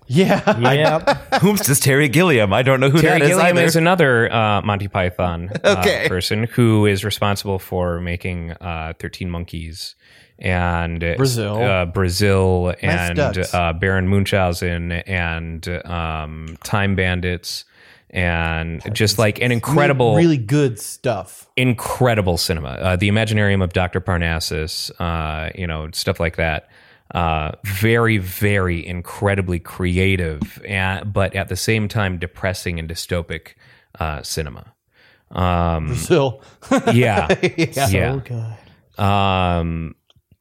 S4: Yeah.
S3: Yeah.
S2: Whom's this Terry Gilliam? I don't know who
S1: Terry
S2: that is
S1: Gilliam
S2: either.
S1: is another uh, Monty Python uh,
S2: Okay.
S1: person who is responsible for making uh, Thirteen Monkeys and
S4: Brazil.
S1: uh, Brazil, and
S4: Ducks.
S1: uh, Baron Munchausen, and um, Time Bandits, and just like an incredible,
S4: Really good stuff.
S1: incredible cinema. Uh, the Imaginarium of Dr. Parnassus, uh, you know, stuff like that. Uh, very, very incredibly creative, and, but at the same time, depressing and dystopic uh, cinema. Um,
S4: Brazil.
S1: yeah.
S4: yeah.
S1: yeah.
S3: God.
S1: Um,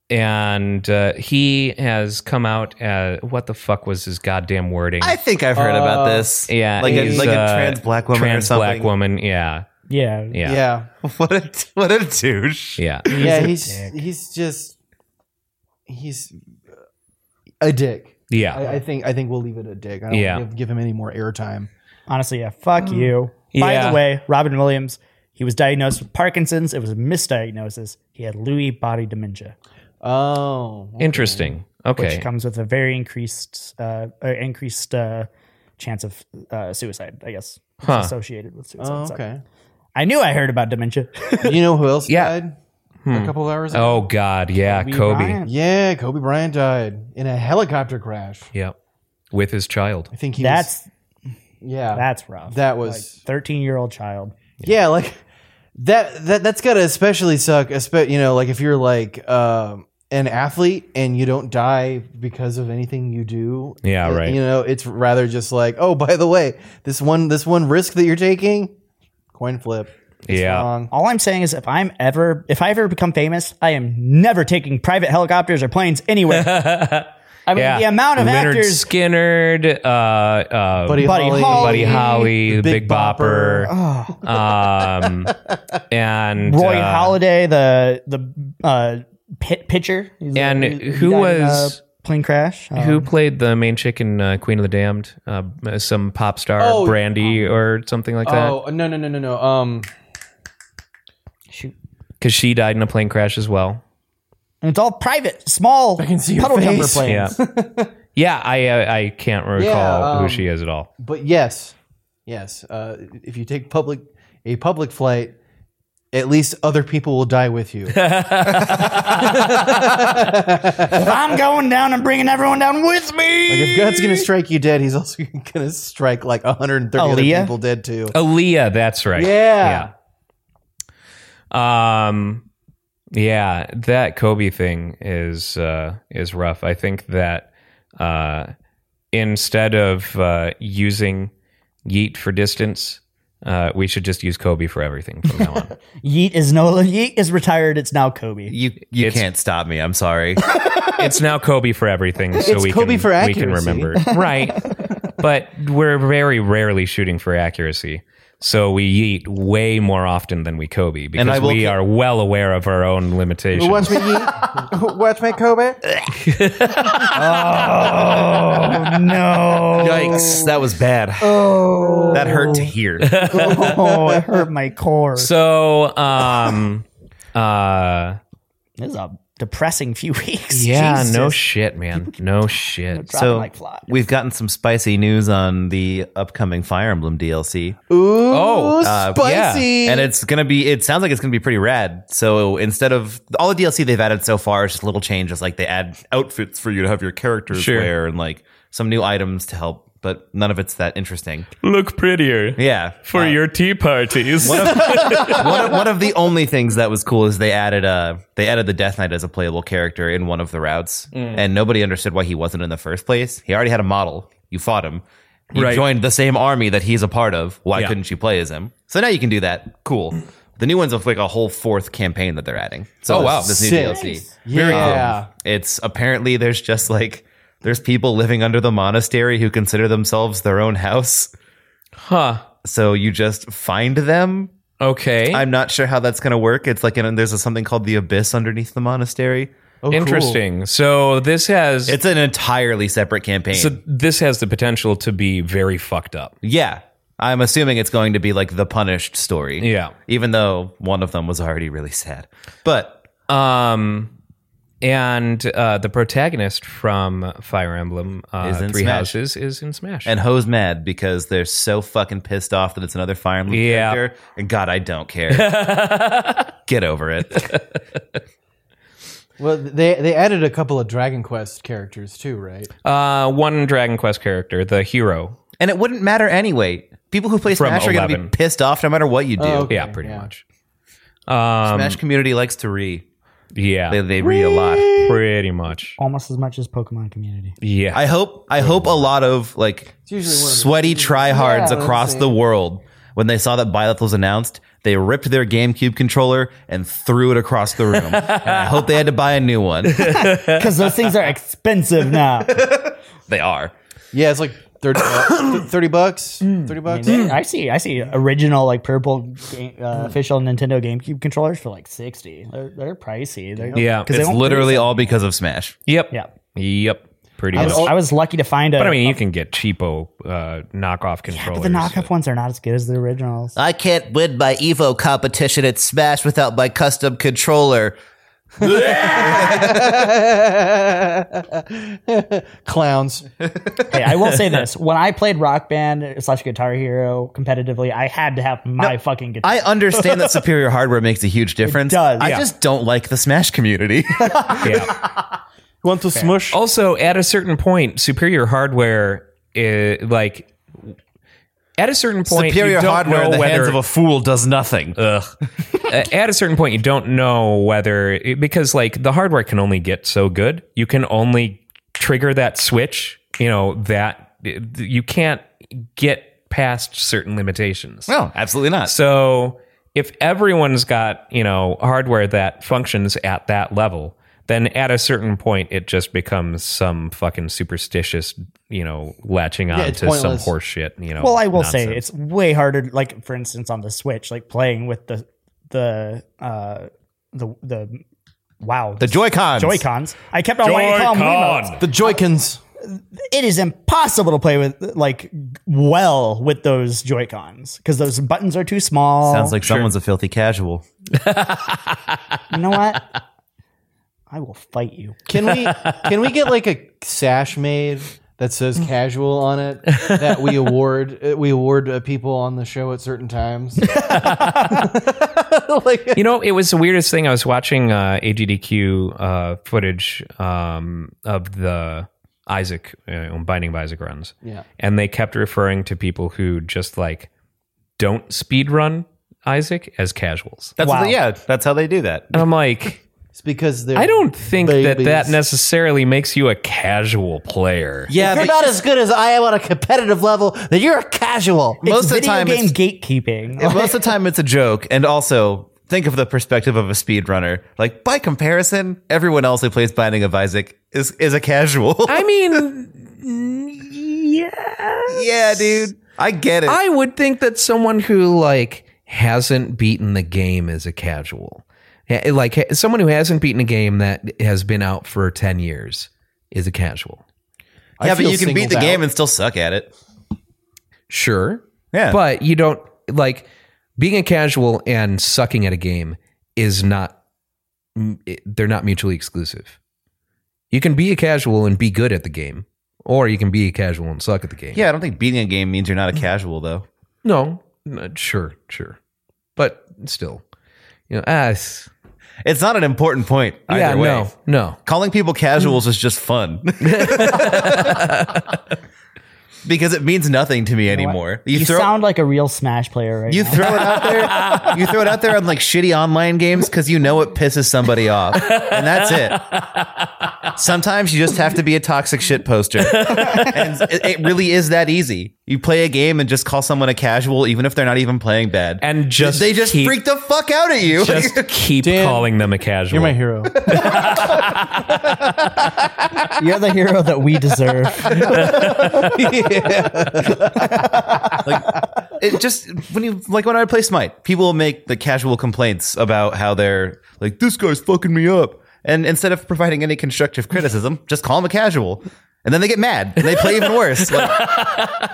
S1: and uh, he has come out as what the fuck was his goddamn wording?
S2: I think I've heard about
S1: Uh,
S2: this.
S1: yeah,
S2: like a,
S1: he's,
S2: like a
S1: uh,
S2: trans black woman
S1: trans
S2: or something.
S1: black woman. Yeah,
S3: Yeah.
S1: yeah, yeah.
S4: Yeah.
S2: What a what a douche.
S4: Yeah. He's he's just he's a dick.
S1: Yeah.
S4: I, I think I think we'll leave it a dick. I don't
S1: Yeah.
S4: give, give him any more airtime.
S3: Honestly, yeah. Fuck you. By
S1: Mm. Yeah.
S3: the way, Robin Williams, he was diagnosed with Parkinson's. It was a misdiagnosis. He had Lewy body dementia,
S4: Oh.
S1: Interesting. Okay.
S3: which comes with a very increased uh, uh, increased uh, chance of uh, suicide. I guess It's
S1: Huh.
S3: associated with suicide.
S4: Oh,
S3: So-
S4: okay.
S3: I knew I heard about dementia.
S4: you know who else
S1: Yeah.
S4: died a couple of hours ago?
S1: Oh God, yeah,
S3: Kobe
S1: Kobe.
S3: Bryant.
S4: Yeah, Kobe Bryant died in a helicopter crash.
S1: Yeah, with his child.
S4: I think he was,
S3: That's
S4: yeah.
S3: that's rough.
S4: that was-
S3: thirteen year old child.
S4: yeah like that that that's gotta especially suck espe- you know like if you're like um an athlete and you don't die because of anything you do
S1: Yeah,
S4: Uh,
S1: right.
S4: you know it's rather just like oh by the way this one this one risk that you're taking coin flip It's
S1: Yeah.
S4: wrong.
S3: All I'm saying is, if I'm ever, if I ever become famous, I am never taking private helicopters or planes anywhere. I mean,
S1: Yeah,
S3: the amount of
S1: Leonard
S3: actors.
S1: Skinnerd, uh, uh,
S4: buddy,
S3: Buddy
S4: holly,
S3: Holly.
S1: Buddy Holly,
S4: The
S1: the Big,
S4: Big
S1: Bopper, um, and
S3: Roy
S1: uh,
S3: Holiday, the the uh, pit pitcher, He's, uh,
S1: And
S3: he- he
S1: who
S3: died in a
S1: was-
S3: plane crash? Um,
S1: Who played the main chick in uh, Queen of the Damned? Uh, some pop star,
S4: Oh,
S1: Brandy, or something like that.
S4: oh no no no no no um
S3: Shoot.
S1: Because she died in a plane crash as well.
S3: And it's all private, small I
S4: can see your
S3: puddle jumper
S4: face.
S1: Yeah,
S3: planes.
S1: yeah. I uh, I can't recall
S4: um,
S1: who she is at all.
S4: but yes yes uh if you take public a public flight at least other people will die with you
S3: If I'm going down and bringing everyone down with me.
S4: Like if God's gonna strike you dead, he's also gonna strike like 130
S3: Aaliyah?
S4: other people dead too.
S1: Aaliyah, that's right.
S4: Yeah.
S1: Yeah. Um yeah, that Kobe thing is uh is rough. I think that uh instead of uh using yeet for distance, uh we should just use Kobe for everything from now on.
S3: Yeet is no. Yeet is retired. It's now Kobe.
S2: You you
S1: It's-
S2: can't stop me. I'm sorry.
S1: it's now Kobe for everything so
S4: It's
S1: we
S4: Kobe
S1: can
S4: for
S1: we can
S4: accuracy.
S1: remember. right. But we're very rarely shooting for accuracy. So we yeet way more often than we Kobe because
S2: I will
S1: we
S2: ki-
S1: are well aware of our own limitations.
S4: Watch me, yeet. watch me, Kobe.
S3: Oh no!
S2: Yikes, that was bad. That hurt to hear.
S3: Oh, it hurt my core.
S1: So um uh
S3: This is a depressing few weeks.
S1: Yeah,
S3: Jesus.
S1: no shit, man. No shit.
S3: Dropping
S2: So
S3: like flies.
S2: we've gotten some spicy news on the upcoming Fire Emblem DLC.
S4: Ooh,
S1: Oh,
S2: uh,
S4: spicy.
S2: And it's gonna be. It sounds like it's gonna be pretty rad. So instead of all the DLC they've added so far, it's just little changes. Like they add outfits for you to have your characters
S1: Sure.
S2: wear, and like some new items to help. But none of it's that interesting.
S1: Look prettier
S2: Yeah.
S1: for your tea parties.
S2: one, of, one of the only things that was cool is they added uh they added the Death Knight as a playable character in one of the routes,
S1: Mm.
S2: and nobody understood why he wasn't in the first place. He already had a model. You fought him. You
S1: Right.
S2: joined the same army that he's a part of. Why
S1: Yeah.
S2: couldn't you play as him? So now you can do that. Cool. The new one's of like a whole fourth campaign that they're adding. So
S1: Oh, wow.
S2: this new
S4: Sick.
S2: DLC.
S4: yeah.
S2: It's apparently there's just like there's people living under the monastery who consider themselves their own house.
S1: huh.
S2: So you just find them
S1: Okay.
S2: I'm not sure how that's going to work. It's like an, there's a, something called the abyss underneath the monastery.
S4: Oh, cool.
S1: Interesting. So this has
S2: It's an entirely separate campaign.
S1: so this has the potential to be very fucked up.
S2: yeah, I'm assuming it's going to be like the punished story.
S1: Yeah.
S2: even though one of them was already really sad, but
S1: Um, and uh, the protagonist from Fire Emblem uh,
S2: Is in
S1: Three
S2: Smash.
S1: Houses is in Smash.
S2: and Ho's mad because they're so fucking pissed off that it's another Fire Emblem
S1: Yeah.
S2: character. And God, I don't care. Get over it.
S4: Well, they they added a couple of Dragon Quest characters too, right?
S1: uh, one Dragon Quest character, the hero.
S2: And it wouldn't matter anyway. People who play
S1: From
S2: Smash are going to be
S1: 11.
S2: pissed off no matter what you do.
S4: Oh, okay.
S1: Yeah, pretty
S4: yeah.
S1: much. Um,
S2: Smash community likes to re.
S1: yeah,
S2: They, they re a lot.
S1: pretty much.
S3: Almost as much as Pokemon Community.
S1: Yeah,
S2: I hope I hope a lot of like
S4: usually one of the-
S2: sweaty tryhards
S4: Yeah,
S2: across
S4: let's
S2: the world when they saw that Byleth was announced, they ripped their GameCube controller and threw it across the room. and I hope they had to buy a new one.
S3: Because those things are expensive now.
S2: they are.
S4: Yeah, it's like 30, bu- 30 bucks. 30 bucks.
S3: I see. I see original like purple game, uh, official Nintendo GameCube controllers for like sixty. They're, they're pricey. They're,
S1: Yeah,
S3: 'cause they
S2: It's
S3: don't
S2: literally all because of Smash.
S1: Yep.
S3: Yeah.
S1: Yep. Pretty
S3: I
S1: much.
S3: was, I was lucky to find a.
S1: but I mean, you can get cheapo uh, knockoff
S3: but
S1: controllers.
S3: the knockup ones are not as good as the originals.
S2: I can't win my Evo competition at Smash without my custom controller.
S4: Clowns.
S3: hey, I will say this: when I played Rock Band slash Guitar Hero competitively, I had to have my fucking guitar.
S2: I understand that superior hardware makes a huge difference.
S3: does.
S2: I
S3: Yeah.
S2: just don't like the Smash community.
S1: Yeah.
S4: Want to smush?
S1: also, at a certain point, superior hardware, eh, like. At a certain point,
S2: superior
S1: you don't
S2: hardware
S1: know
S2: in the
S1: whether
S2: hands of a fool does nothing.
S1: Uh, at a certain point you don't know whether because like the hardware can only get so good you can only trigger that switch you know that you can't get past certain limitations
S2: No, Oh, absolutely not.
S1: so if everyone's got you know hardware that functions at that level then at a certain point it just becomes some fucking superstitious you know latching on
S4: it's
S1: to some
S4: pointless.
S1: horse shit you know
S3: well, I will say
S1: nonsense.
S3: it's way harder. Like for instance, on the Switch, like playing with the the uh, the the wow
S2: the Joy Cons.
S3: Joy Cons. I kept on wanting to call them Wiimotes.
S1: Joy-Con!
S4: The Joykins.
S3: it is impossible to play with like well with those Joy Cons because those buttons are too small.
S2: Sounds like someone's a filthy casual.
S3: you know what? I will fight you.
S4: Can we can we get like a sash made that says
S1: Mm.
S4: casual on it that we award uh, we award uh, people on the show at certain times? like
S1: You know, it was the weirdest thing. I was watching uh, AGDQ uh, footage um, of the Isaac, uh, Binding of Isaac runs.
S4: Yeah.
S1: And they kept referring to people who just like don't speed run Isaac as casuals.
S2: That's
S3: Wow.
S2: what they- yeah, that's how they do that.
S1: And I'm like,
S4: it's because they're
S1: I don't think that that
S4: Babies.
S1: necessarily makes you a casual player.
S2: Yeah,
S4: You're not as good as I am on a competitive level. Then you're a casual.
S2: most of the
S3: Video
S2: time,
S3: game
S2: it's,
S3: gatekeeping. Oh,
S2: yeah, most of the time it's a joke. And also, think of the perspective of a speedrunner. Like by comparison, everyone else who plays Binding of Isaac is is a casual.
S1: I mean, yeah.
S2: yeah, dude, I get it.
S1: I would think that someone who like hasn't beaten the game is a casual. Eh, Like ha- someone who hasn't beaten a game that has been out for 10 years is a casual.
S4: I
S2: yeah, but
S4: feel
S2: you can beat
S4: singled
S2: the
S4: out.
S2: game and still suck at it.
S1: Sure.
S2: Yeah.
S1: But you don't like being a casual and sucking at a game is not
S5: m- it- they're not mutually exclusive. You can be a casual and be good at the game, or you can be a casual and suck at the game.
S2: Yeah, I don't think beating a game means you're not a casual though.
S5: No, no, sure, sure, but still, you know, as
S2: It's not an important point either
S5: yeah,
S2: way.
S5: no, no,
S2: Calling people casuals is just fun. because it means nothing to me anymore. You,
S3: You
S2: throw
S3: sound like a real Smash player right
S2: you
S3: now.
S2: throw it out there. You throw it out there on like shitty online games because you know it pisses somebody off, and that's it. Sometimes you just have to be a toxic shit poster, and it, it really is that easy. You play a game and just call someone a casual, even if they're not even playing bad,
S1: And just
S2: they just
S1: keep-
S2: freak the fuck out at you.
S1: Just keep calling them a casual.
S4: You're my hero.
S3: You're the hero that we deserve.
S2: it just when you like when I play Smite, people make the casual complaints about how they're like this guy's fucking me up, and instead of providing any constructive criticism, just call him a casual, and then they get mad and they play even worse. Like,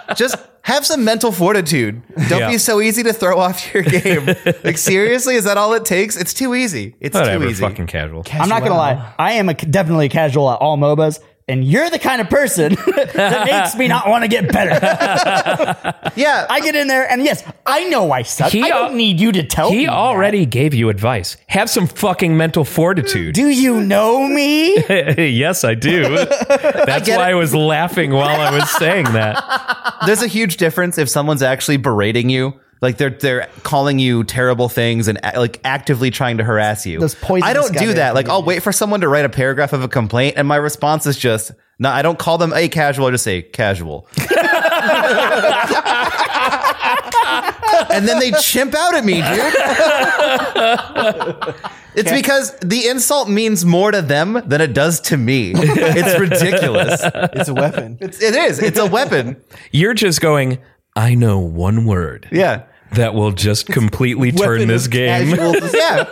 S2: just have some mental fortitude. Don't
S1: Yeah.
S2: be so easy to throw off your game. like seriously, is that all it takes? It's too easy. It's
S1: Whatever,
S2: too easy.
S1: fucking casual.
S3: I'm not gonna lie. I am a, definitely a casual at all MOBAs, and you're the kind of person that makes me not want to get better.
S2: yeah,
S3: I get in there, and yes, I know I suck.
S1: He
S3: I don't
S1: al-
S3: need you to tell me.
S1: He
S3: that.
S1: already gave you advice. Have some fucking mental fortitude.
S3: Do you know me?
S1: yes, I do. That's
S2: get
S1: why
S2: it.
S1: I was laughing while I was saying that.
S2: there's a huge difference if someone's actually berating you. Like they're they're calling you terrible things and a- like actively trying to harass you.
S3: Those poisonous
S2: I don't do
S3: guy
S2: that. Like I'll wait for someone to write a paragraph of a complaint, and my response is just no. I don't call them a casual. I just say casual. and then they chimp out at me, dude. It's because the insult means more to them than it does to me. It's ridiculous.
S4: It's a weapon.
S2: It is. It's a weapon.
S1: You're just going, I know one word
S2: Yeah.
S1: that will just completely turn this game.
S2: yeah,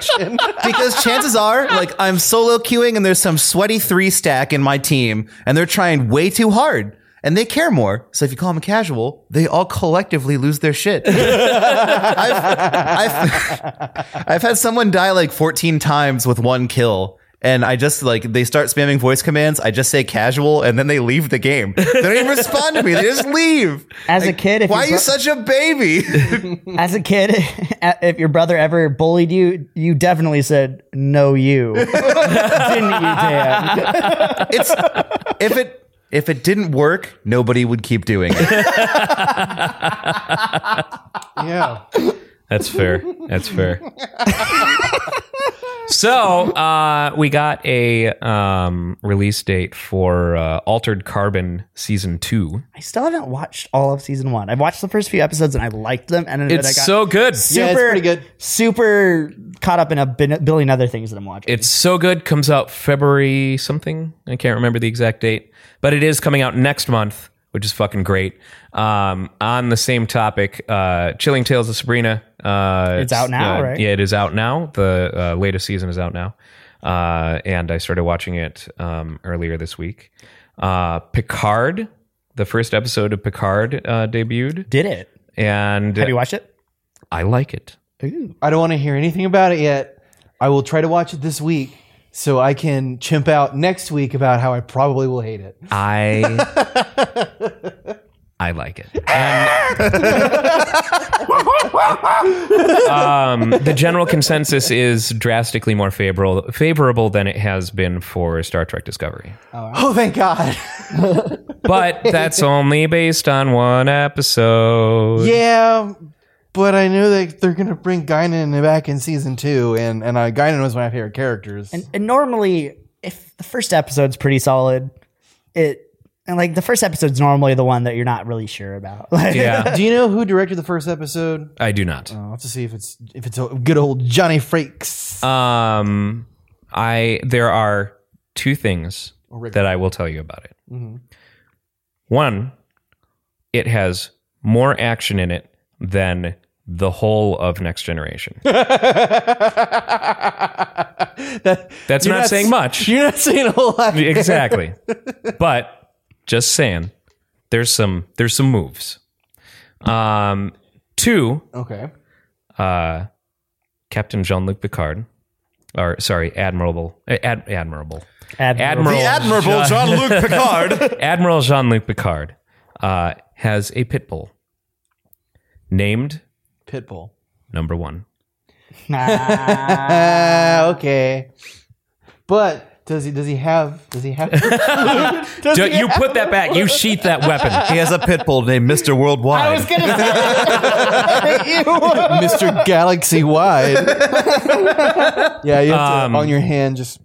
S2: because chances are, like, I'm solo queuing and there's some sweaty three stack in my team, and they're trying way too hard, and they care more. So if you call them casual, they all collectively lose their shit. I've, I've, I've had someone die like 14 times with one kill. And I just like they start spamming voice commands. I just say casual, and then they leave the game. They don't even respond to me. They just leave.
S3: As a kid, if
S2: Why are
S3: your
S2: you
S3: bro-
S2: such a baby?
S3: As a kid, if your brother ever bullied you, you definitely said no. You didn't you, Dan?
S2: it's if it if it didn't work, nobody would keep doing it.
S4: Yeah.
S1: That's fair. That's fair. so uh, we got a um, release date for uh, Altered Carbon season two.
S3: I still haven't watched all of season one. I've watched the first few episodes and I liked them, and then I
S1: It's
S3: got
S1: so good.
S3: super
S4: it's pretty good.
S3: Super caught up in a bin- billion other things that I'm watching.
S1: It's so good. Comes out February something. I can't remember the exact date, but it is coming out next month, which is fucking great. Um, on the same topic, uh, Chilling Tales of Sabrina. Uh,
S3: It's out now,
S1: uh,
S3: right?
S1: Yeah, it is out now. The uh, latest season is out now, uh, and I started watching it um, earlier this week. Uh, Picard, the first episode of Picard uh, debuted,
S3: Did it?
S1: and
S3: Have you watched it?
S1: I like it.
S4: I don't want to hear anything about it yet. I will try to watch it this week so I can chimp out next week about how I probably will hate it.
S1: I I like it. And, um, the general consensus is drastically more favorable favorable than it has been for Star Trek Discovery.
S4: Oh, thank God.
S1: But that's only based on one episode.
S4: yeah. But I know that they're going to bring Guinan back in season two, and, and uh, Guinan was one of my favorite characters.
S3: And, and normally, if the first episode's pretty solid, it and like the first episode's normally the one that you're not really sure about. Like,
S1: Yeah,
S4: Do you know who directed the first episode?
S1: I do not.
S4: I'll have to see if it's if it's a good old Johnny Frakes.
S1: Um, I there are two things that I will tell you about it. One, it has more action in it than the whole of Next Generation.
S4: That-
S1: That's
S4: you're
S1: not saying
S4: s-
S1: much.
S4: You're not saying a whole lot.
S1: exactly, but just saying, there's some there's some moves. Um, two,
S4: Okay.
S1: uh, Captain Jean Luc Picard or sorry, admirable, ad, admirable, admiral,
S3: Admiral.
S2: Admirable John Luc Picard.
S1: Admiral Jean Luc Picard uh, has a pit bull named
S4: Pitbull.
S1: number one.
S4: Ah, okay. But does he? Does he have? Does he have? does
S1: Do-
S4: he
S1: you
S4: have-
S1: put that back. You sheath that weapon.
S2: he has a pit bull named Mr. Worldwide.
S3: I was gonna say
S4: Mr. Galaxy Wide. yeah, you have
S1: Um,
S4: to, on your hand. Just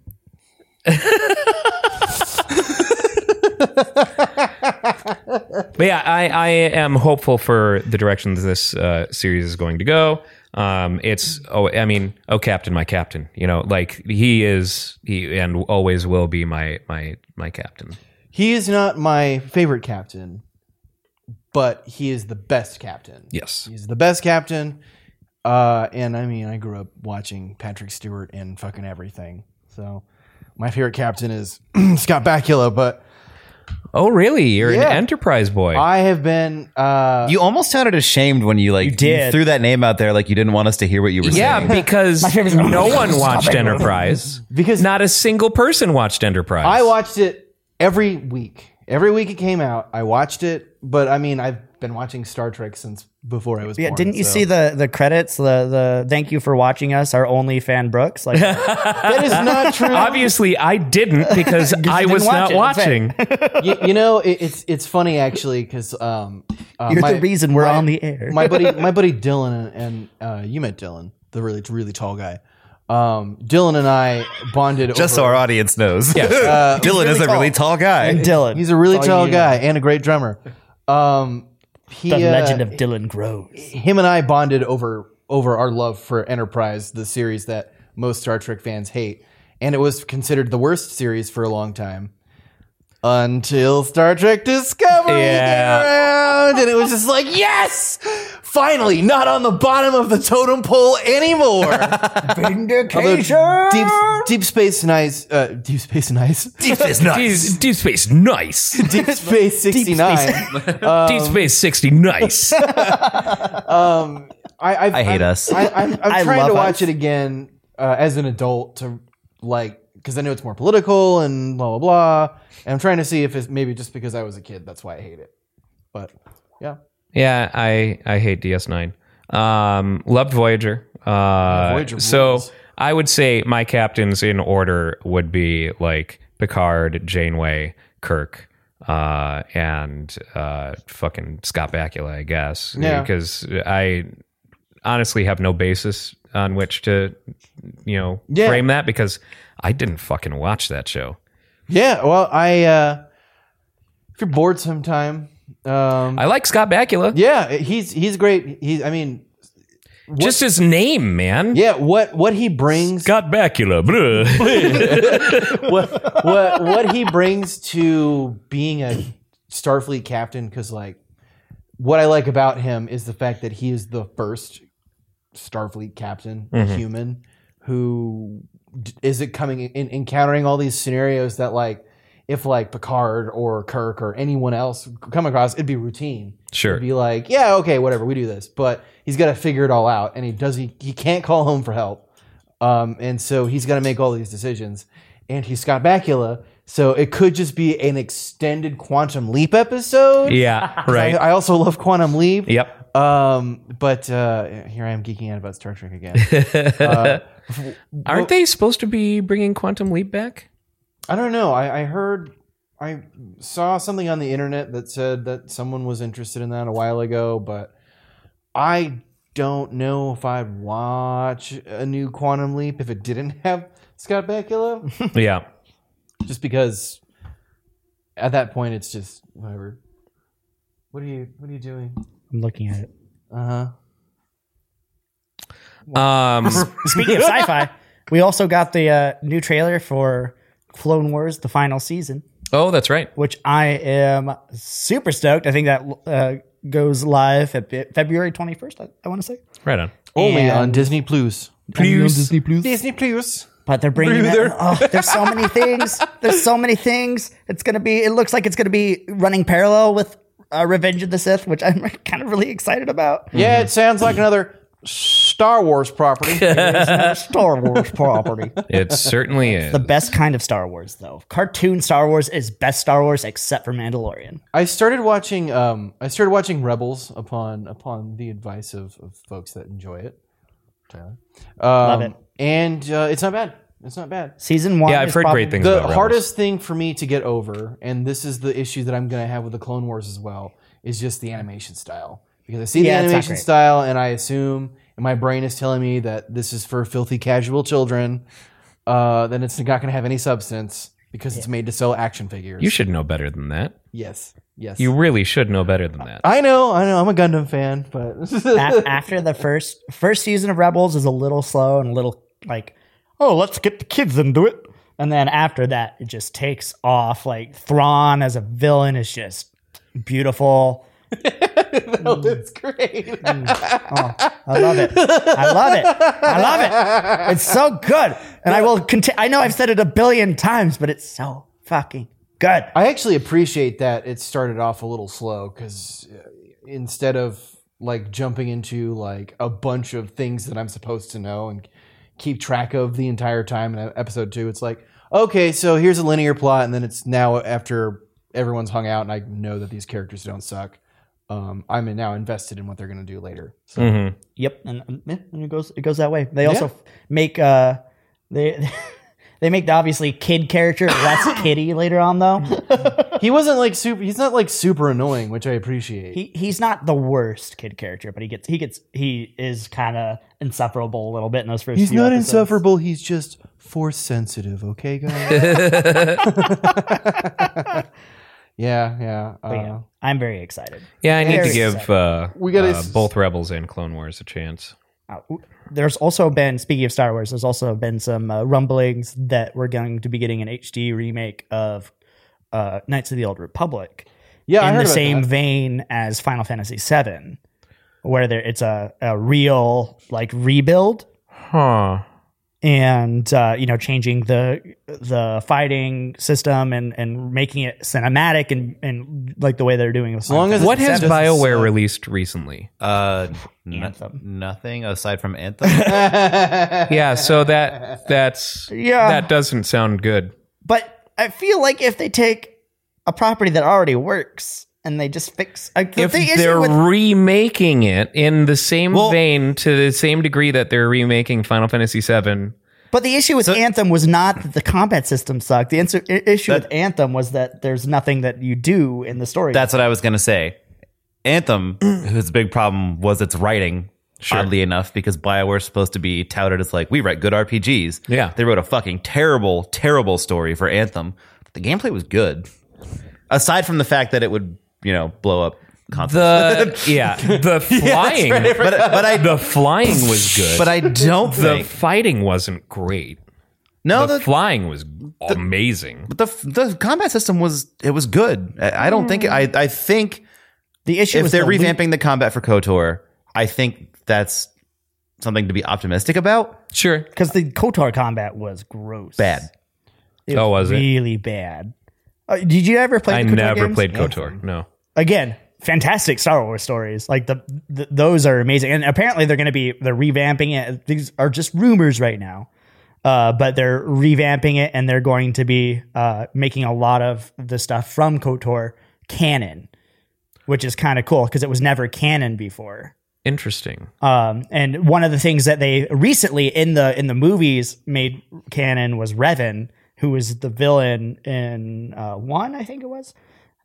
S1: But yeah, I, I am hopeful for the direction that this uh, series is going to go. Um, it's oh, I mean, oh, Captain, my Captain. You know, like he is, he and always will be my my my Captain.
S4: he is not my favorite captain, but he is the best captain.
S1: Yes.
S4: He's the best captain. Uh, and I mean, I grew up watching Patrick Stewart and fucking everything. So my favorite captain is Scott Bakula, but
S1: Oh, really? You're
S4: Yeah.
S1: an Enterprise boy.
S4: I have been. Uh,
S2: you almost sounded ashamed when you like
S3: did.
S2: threw that name out there, like you didn't want us to hear what you were
S1: yeah,
S2: saying.
S1: because
S3: favorite's-
S1: no one watched Enterprise.
S4: Because-
S1: not a single person watched Enterprise.
S4: I watched it every week. Every week it came out, I watched it. But I mean, I've been watching Star Trek since before I was.
S3: Yeah,
S4: born,
S3: didn't you
S4: so-
S3: see the the credits? The the thank you for watching us, our only fan Brooks. Like
S4: That is not true.
S1: Obviously, I didn't because I was not
S3: watch it, in fact.
S1: watching.
S4: you, you know, it, it's it's funny actually because um, uh,
S3: you're
S4: my-
S3: the reason we're
S4: my-
S3: on the air.
S4: my buddy, my buddy Dylan, and uh, you met Dylan, the really really tall guy. Um, Dylan and I bonded.
S2: Just so
S4: over,
S2: our audience knows. Dylan
S4: he's really
S2: is a really tall guy.
S3: Dylan,
S4: He's a really
S3: That's all
S4: tall
S3: you need to
S4: guy and a great drummer. Um, he,
S3: know. The
S4: uh,
S3: legend of Dylan grows.
S4: him and I bonded over over our love for Enterprise, the series that most Star Trek fans hate, and it was considered the worst series for a long time until Star Trek Discovery came around, and it was just like, yes, finally, not on the bottom of the totem pole anymore. Although Deep Deep Space Nice, uh, Deep Space Nice, Deep,
S2: It's nice.
S1: Deep, Deep Space, nice.
S4: Space sixty nine.
S1: Deep Space 60, nice.
S4: I, I've,
S2: I hate
S4: I'm-
S2: us.
S4: I, I'm, I'm
S3: I
S4: trying
S3: love
S4: to watch
S3: us.
S4: it again uh, as an adult to like because I know it's more political and blah blah blah. And I'm trying to see if it's maybe just because I was a kid, that's why I hate it. But yeah,
S1: Yeah, I I hate DS9. Um, loved Voyager. Uh,
S4: Voyager
S1: so
S4: rules.
S1: I would say my captains in order would be like Picard, Janeway, Kirk, uh, and uh, fucking Scott Bakula, I guess.
S4: Yeah.
S1: Because I honestly have no basis on which to, you know,
S4: Yeah.
S1: frame that because I didn't fucking watch that show.
S4: yeah. Well, I uh, if you're bored sometime, um,
S1: I like Scott Bakula.
S4: yeah, he's he's great. He's I mean,
S1: Just his name, man.
S4: yeah, what what he brings
S1: Scott Bakula. Blah.
S4: what what what he brings to being a Starfleet captain because like what I like about him is the fact that he is the first Starfleet captain human who d- is it coming in encountering all these scenarios that like if like Picard or Kirk or anyone else come across it'd be routine
S1: sure.
S4: be like, yeah, okay, whatever, we do this. But he's got to figure it all out, and he does. He, he can't call home for help, um, and so he's got to make all these decisions. And he's Scott Bakula, so it could just be an extended Quantum Leap episode.
S1: Yeah,
S4: I,
S1: right.
S4: I also love Quantum Leap.
S1: Yep.
S4: Um, but uh, here I am geeking out about Star Trek again. Uh,
S1: Aren't they supposed to be bringing Quantum Leap back?
S4: I don't know. I, I heard, I saw something on the internet that said that someone was interested in that a while ago, but I don't know if I'd watch a new Quantum Leap if it didn't have Scott Bakula,
S1: yeah.
S4: just because at that point it's just whatever. What are you? What are you doing?
S3: I'm looking at it.
S4: Uh huh.
S1: Um,
S3: Speaking of sci-fi, we also got the uh, new trailer for Clone Wars: The Final Season,
S1: oh, that's right.
S3: which I am super stoked. I think that uh, goes live at Fe- February 21st. I, I want to say.
S1: Right on.
S4: Only on
S3: And-
S4: Disney Plus.
S1: Please.
S4: Oh, Disney Plus.
S3: But they're bringing that, oh, there's so many things. There's so many things. It's gonna be. It looks like it's gonna be running parallel with
S4: Mm-hmm.
S3: uh, Revenge of the Sith, which I'm kind of really excited about.
S4: Yeah, it sounds like another Star Wars property.
S3: Star Wars property.
S1: It certainly is.
S3: the best kind of Star Wars, though. Cartoon Star Wars is best Star Wars except for Mandalorian.
S4: I started watching. Um, I started watching Rebels upon upon the advice of, of folks that enjoy it. Tyler, um, love
S3: it.
S4: and uh, it's not bad. It's not bad.
S3: Season one.
S1: Yeah, I've
S3: is
S1: heard
S3: probably-
S1: great things
S4: The
S1: about Rebels.
S4: hardest thing for me to get over, and this is the issue that I'm going to have with the Clone Wars as well, is just the animation style. Because I see
S3: Yeah,
S4: the
S3: it's not
S4: animation
S3: great.
S4: style, and I assume, and my brain is telling me that this is for filthy casual children. Uh, then it's not going to have any substance because it's made to sell action figures.
S1: You should know better than that.
S4: yes, yes.
S1: You really should know better than that.
S4: I know, I know. I'm a Gundam fan, but
S3: a- after the first first season of Rebels is a little slow and a little like, oh, let's get the kids into it. And then after that, it just takes off. Like Thrawn as a villain is just beautiful.
S4: no, it's great.
S3: I love it. I love it. I love it. It's so good. And I will continue. I know I've said it a billion times, but it's so fucking good.
S4: I actually appreciate that it started off a little slow because instead of like jumping into like a bunch of things that I'm supposed to know and keep track of the entire time in e-, episode two, it's like, okay, so here's a linear plot, and then it's now after everyone's hung out and I know that these characters don't suck. Um, I'm now invested in what they're going to do later. So,
S1: Mhm.
S3: Yep, and, um, yeah, and it goes it goes that way. They also f- make uh they they make the obviously kid character less kitty later on though.
S4: he wasn't like super. He's not like super annoying, which I appreciate.
S3: he he's not the worst kid character, but he gets he gets he is kind of insufferable a little bit in those first.
S4: He's
S3: few
S4: not
S3: episodes.
S4: insufferable. He's just force sensitive. Okay, guys. yeah, yeah. Uh,
S3: But yeah, I'm very excited.
S1: Yeah, I need to
S3: Very
S1: give uh,
S4: We gotta
S1: uh,
S4: s-
S1: both Rebels and Clone Wars a chance.
S3: Uh, w- There's also been speaking of Star Wars. There's also been some uh, rumblings that we're going to be getting an HD remake of uh, Knights of the Old Republic.
S4: yeah. I
S3: in
S4: heard
S3: the
S4: about
S3: same
S4: that.
S3: vein as Final Fantasy VII, where there it's a, a real like rebuild
S1: Huh.
S3: and uh, you know changing the the fighting system and and making it cinematic and and like the way they're doing with
S4: As long
S3: Final
S4: as
S3: Fantasy.
S1: What has
S4: it's just-
S1: BioWare released recently?
S2: Uh, n-
S3: Anthem.
S2: nothing aside from Anthem.
S1: Yeah, so that that's
S3: Yeah.
S1: that doesn't sound good.
S3: but I feel like if they take a property that already works and they just fix like, the
S1: if
S3: thing issue
S1: they're
S3: with-
S1: remaking it in the same
S2: Well-
S1: vein to the same degree that they're remaking Final Fantasy VII,
S3: But the issue with Anthem was not that the combat system sucked. The answer, i- issue
S2: That-
S3: with Anthem was that there's nothing that you do in the story.
S2: That's what I was gonna say. Anthem, whose big problem was its writing. Oddly enough, because Bioware's supposed to be touted as like we write good RPGs.
S1: Yeah.
S2: they wrote a fucking terrible, terrible story for Anthem. But the gameplay was good, aside from the fact that it would you know blow up. Constantly.
S1: the yeah the flying,
S2: But but I
S1: the flying was good.
S2: but I don't
S1: the
S2: think
S1: fighting wasn't great.
S2: no
S1: the,
S2: the
S1: flying was amazing.
S2: the the combat system was it was good. I, I don't think I I think
S3: the issue.
S2: if
S3: was
S2: they're
S3: the loop.
S2: revamping the combat for Kotor, I think that's something to be optimistic about.
S1: Sure.
S3: because the Kotar combat was gross.
S2: Bad.
S3: It
S1: Oh, was it?
S3: really bad. Uh, did you ever play?
S1: I
S3: the KOTOR
S1: never
S3: games?
S1: played KOTOR. No.
S3: Again, fantastic Star Wars stories. Like the, th those are amazing, and apparently they're going to be they're revamping it. These are just rumors right now, uh, but they're revamping it, and they're going to be uh, making a lot of the stuff from Kotor canon, which is kind of cool because it was never canon before.
S1: Interesting.
S3: Um, and one of the things that they recently in the in the movies made canon was Revan, who was the villain in uh, one, I think it was,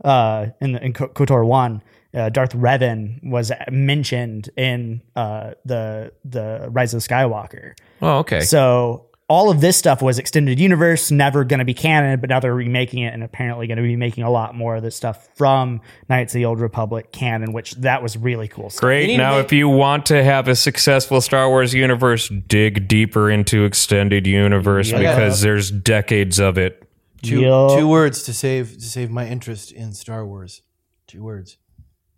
S3: uh, in the, in Ko- Kotor one. Uh, Darth Revan was mentioned in uh, the the Rise of Skywalker.
S1: Oh, okay.
S3: So all of this stuff was extended universe, never going to be canon, but now they're remaking it and apparently going to be making a lot more of this stuff from Knights of the Old Republic canon, which that was really cool. Stuff.
S1: Great. Now, if you want to have a successful Star Wars universe, dig deeper into extended universe because there's decades of it.
S4: Two,
S3: Yo.
S4: two words to save to save my interest in Star Wars. Two words.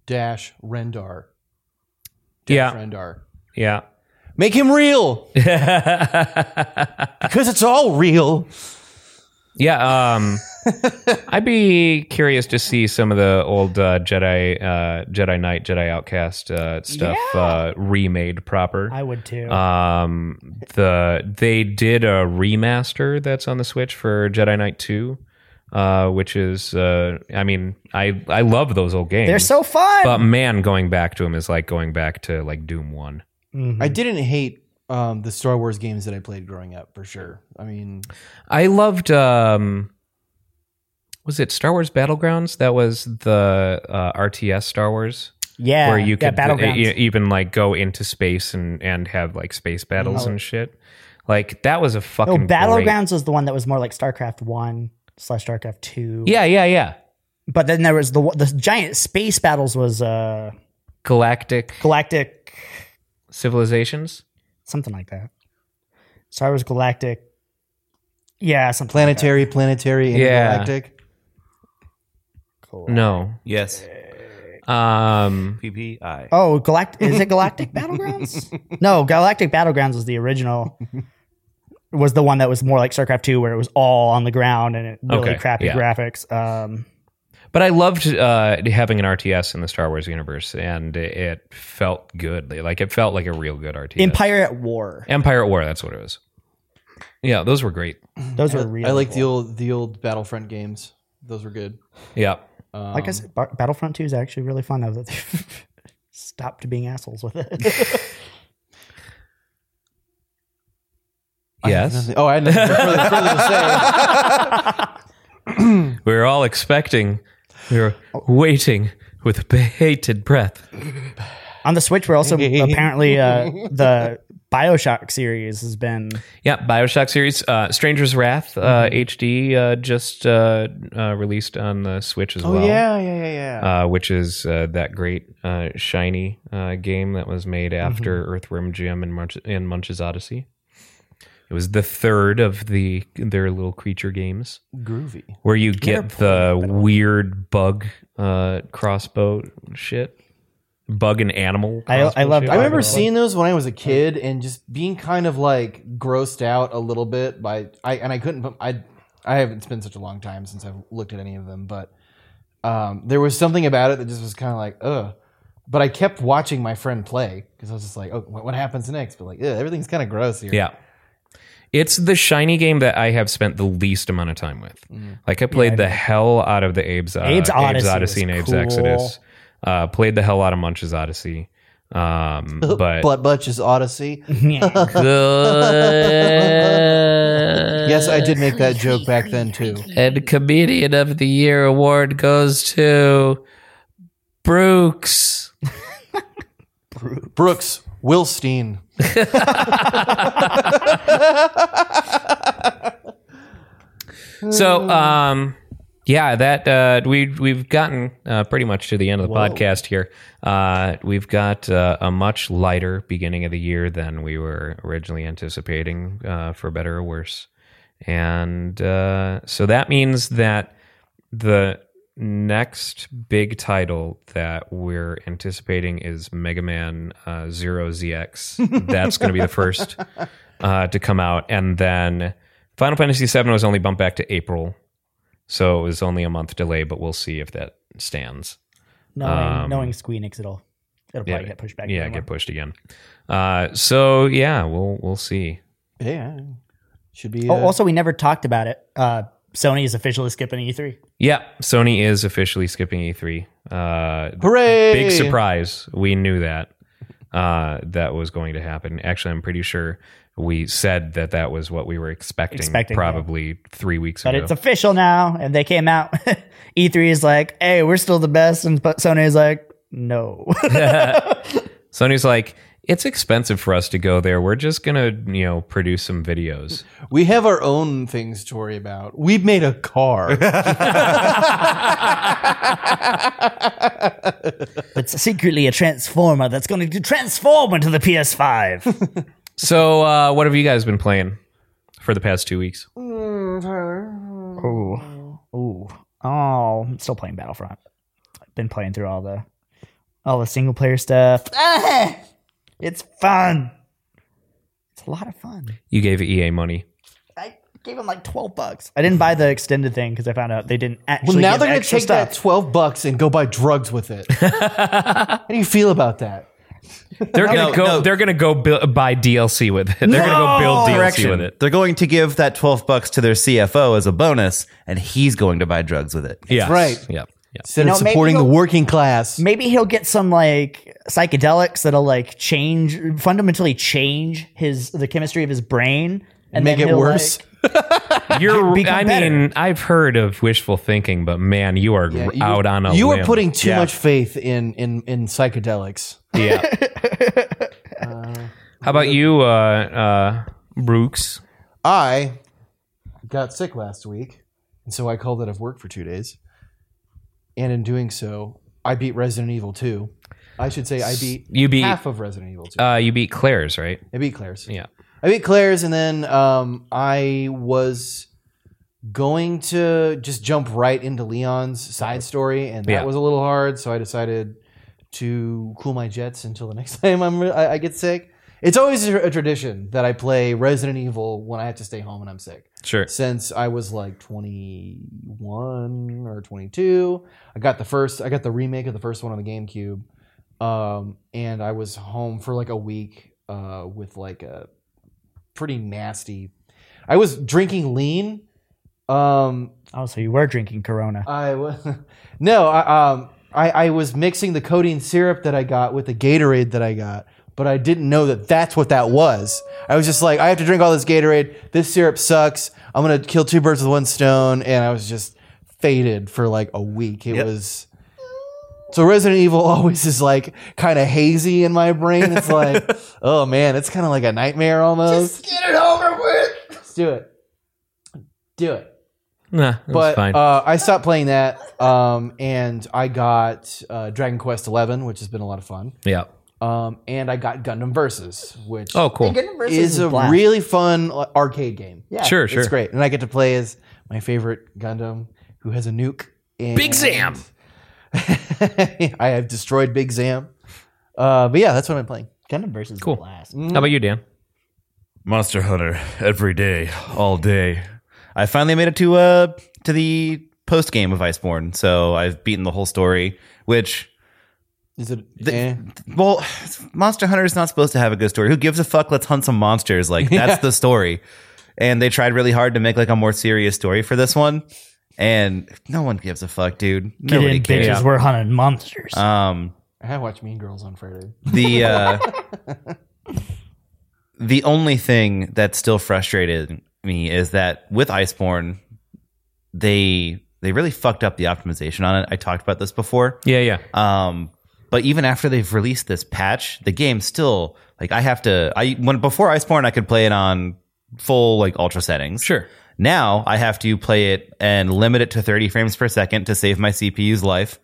S4: Dash Rendar. Dash
S1: Yeah.
S4: Rendar.
S1: Yeah.
S4: Make him real because it's all real.
S1: Yeah. Um, I'd be curious to see some of the old uh, Jedi, uh, Jedi Knight, Jedi Outcast uh, stuff uh, remade proper.
S3: I would too.
S1: Um, the they did a remaster that's on the Switch for Jedi Knight Two, uh, which is uh, I mean I I love those old games.
S3: They're so fun.
S1: but man, going back to them is like going back to like Doom One.
S3: Mhm.
S4: I didn't hate um, the Star Wars games that I played growing up for sure. I mean,
S1: I loved um was it Star Wars Battlegrounds? That was the uh, RTS Star Wars
S3: yeah,
S1: where you
S3: yeah,
S1: could uh,
S3: battlegrounds.
S1: e- even like go into space and and have like space battles and shit. Like that was a
S3: no,
S1: fucking
S3: battlegrounds was the one that was more like StarCraft One slash StarCraft Two.
S1: Great, yeah, yeah, yeah.
S3: but then there was the the giant space battles was uh
S1: Galactic
S3: Galactic
S1: civilizations.
S3: something like that. Star Wars Galactic. Yeah, something. like that.
S4: planetary, planetary,
S1: Yeah.
S4: intergalactic.
S1: No.
S2: Yes.
S1: Um
S2: PPI.
S3: Oh, Galactic is it Galactic Battlegrounds? No, Galactic Battlegrounds was the original. Was the one that was more like StarCraft Two, where it was all on the ground and it really
S1: Okay,
S3: crappy
S1: yeah.
S3: graphics. Um,
S1: but I loved uh having an RTS in the Star Wars universe and it felt good. Like it felt like a real good RTS.
S3: Empire at War.
S1: Empire at War, that's what it was. Yeah, those were great.
S3: Those were really.
S4: I like the
S3: cool.
S4: old the old Battlefront games. Those were good.
S1: Yeah.
S4: Um,
S3: Like I said, Bar- Battlefront Two is actually really fun. Now that they've stopped being assholes with it.
S4: I have
S1: Yes.
S4: nothing- oh, I had nothing further, further to say.
S1: We were all expecting. We were waiting with bated breath.
S3: On the Switch, we're also apparently uh, the Bioshock series has been
S1: Yeah, Bioshock series, uh, Stranger's Wrath uh, HD uh, just uh, uh, released on the Switch as
S4: Oh
S1: well.
S4: yeah, yeah, yeah, yeah.
S1: Uh, which is uh, that great uh, shiny uh, game that was made after Earthworm Jim and, Munch- and Munch's Odyssey. It was the third of the their little creature games.
S4: Groovy.
S1: where you get the weird bug uh, crossbow shit, bug and animal.
S3: I- I
S1: crossbow
S3: loved-
S1: shit.
S4: I remember
S3: Fireball.
S4: seeing those when I was a kid and just being kind of like grossed out a little bit by I and I couldn't put- I I haven't it's been such a long time since I've looked at any of them, but um, there was something about it that just was kind of like ugh. But I kept watching my friend play because I was just like, oh, what, what happens next? But like, ugh, everything's kind of gross here.
S1: Yeah, it's the shiny game that I have spent the least amount of time with. Like I played the hell out of the Abe's, uh,
S3: Abe's Odyssey was
S1: and Abe's
S3: cool.
S1: Exodus. Uh, played the hell out of Munch's Odyssey, um, but.
S4: But Butch's Odyssey.
S1: Good.
S4: yes, I did make that joke back then too.
S1: And Comedian of the Year award goes to Brooks.
S4: Brooks Wilstein.
S1: So, um, yeah, that uh, we we've gotten uh, pretty much to the end of the podcast here. Uh, we've got uh, a much lighter beginning of the year than we were originally anticipating, uh, for better or worse. And uh, so that means that the next big title that we're anticipating is Mega Man uh, Zero ZX. That's going to be the first uh, to come out, and then Final Fantasy VII was only bumped back to April, so it was only a month delay. But we'll see if that stands.
S3: knowing,
S1: Um,
S3: knowing Squeenix, it'll it'll probably
S1: yeah,
S3: get pushed back.
S1: Yeah,
S3: anyway.
S1: get pushed again. Uh, so yeah, we'll we'll see.
S4: Yeah. Should be.
S3: Oh,
S4: uh,
S3: also, we never talked about it. Uh, Sony is officially skipping E E3.
S1: Yeah, Sony is officially skipping E3. Uh,
S4: hooray!
S1: big surprise. We knew that uh, that was going to happen. Actually, I'm pretty sure we said that that was what we were expecting.
S3: Expecting, yeah.
S1: probably three weeks
S3: But
S1: ago.
S3: it's official now, and they came out. E3 is like, hey, we're still the best, and but Sony is like, no.
S1: Sony's like, it's expensive for us to go there. We're just gonna, you know, produce some videos.
S4: We have our own things to worry about. We've made a car.
S3: it's secretly a transformer that's going to transform into the PS5.
S1: So, uh, what have you guys been playing for the past two weeks?
S3: Ooh, ooh, oh! I'm still playing Battlefront. I've been playing through all the all the single player stuff. Ah, it's fun. It's a lot of fun.
S1: You gave EA E money.
S3: I Gave him like twelve bucks. I didn't buy the extended thing because I found out they didn't actually.
S4: Well, now
S3: give
S4: they're going to
S3: extra
S4: take
S3: stuff.
S4: that 12 bucks and go buy drugs with it. How do you feel about that?
S1: They're gonna
S2: No,
S1: go.
S2: no.
S1: They're gonna go bu- buy DLC with it. They're gonna go build DLC with it.
S2: They're going to give that 12 bucks to their CFO as a bonus, and he's going to buy drugs with it.
S1: Yeah.
S4: right.
S1: Yeah. Yeah.
S4: Instead
S3: You
S4: of
S3: know, maybe
S4: supporting the
S3: he'll-
S4: working class.
S3: Maybe he'll get some like psychedelics that'll like change fundamentally change his the chemistry of his brain and
S4: Make
S3: then
S4: it
S3: he'll,
S4: worse.
S3: like-
S1: You're.
S3: Become
S1: I
S3: better.
S1: mean, I've heard of wishful thinking, but man, you are
S4: Yeah, you-
S1: out on a.
S4: You
S1: limb.
S4: are putting too
S2: Yeah.
S4: much faith in in in psychedelics.
S1: Yeah. How about you, uh, uh, Brooks?
S4: I got sick last week, and so I called out of work for two days. And in doing so, I beat Resident Evil 2. I should say I beat
S1: You beat.
S4: half of Resident Evil 2.
S1: uh, you beat Claire's, right?
S4: I beat Claire's.
S1: Yeah.
S4: I beat Claire's, and then um, I was going to just jump right into Leon's side story, and that
S1: Yeah.
S4: was a little hard. So I decided to cool my jets until the next time I'm re- I, I get sick. It's always a a tradition that I play Resident Evil when I have to stay home and I'm sick.
S1: Sure.
S4: Since I was like 21 or 22, I got the first, I got the remake of the first one on the GameCube, um, and I was home for like a week uh, with like a pretty nasty. I was drinking lean. Um,
S3: Oh, so you were drinking Corona.
S4: I was no, I, um, I I was mixing the codeine syrup that I got with the Gatorade that I got, but I didn't know that that's what that was. I was just like, I have to drink all this Gatorade. This syrup sucks. I'm gonna kill two birds with one stone, and I was just faded for like a week. It was. So Resident Evil always is like kind of hazy in my brain. It's like, oh man, it's kind of like a nightmare almost. Just get it over with. Let's do it. Do it
S1: Nah, that's
S4: but
S1: fine.
S4: uh, I stopped playing that, um, and I got uh, Dragon Quest Eleven, which has been a lot of fun.
S1: yeah.
S4: Um, and I got Gundam Versus, which
S1: Oh, cool.
S4: is a
S3: blast.
S4: really fun uh, arcade game. Yeah,
S1: Sure, sure.
S4: it's great, and I get to play as my favorite Gundam, who has a nuke. And
S1: Big Zam.
S4: I have destroyed Big Zam. Uh, but yeah, that's what I'm playing.
S3: Gundam versus
S1: Cool.
S3: Blast.
S1: How about you, Dan?
S2: Monster Hunter every day, all day. I finally made it to uh to the post game of Iceborne, so I've beaten the whole story. Which,
S4: Is it?
S2: The-
S4: eh.
S2: well, Monster Hunter is not supposed to have a good story. Who gives a fuck? Let's hunt some monsters. Like that's the story. And they tried really hard to make like a more serious story for this one, and no one gives a fuck, dude.
S3: Get
S2: Nobody
S3: in, bitches.
S2: cares.
S3: We're hunting monsters.
S2: Um,
S4: I watched Mean Girls on Friday.
S2: the uh, the only thing that still frustrated me is that with Iceborne, they they really fucked up the optimization on it. I talked about this before.
S1: Yeah, yeah.
S2: Um, but even after they've released this patch, the game still like I have to. I when before Iceborne, I could play it on full like ultra settings.
S1: Sure.
S2: Now I have to play it and limit it to 30 frames per second to save my CPU's life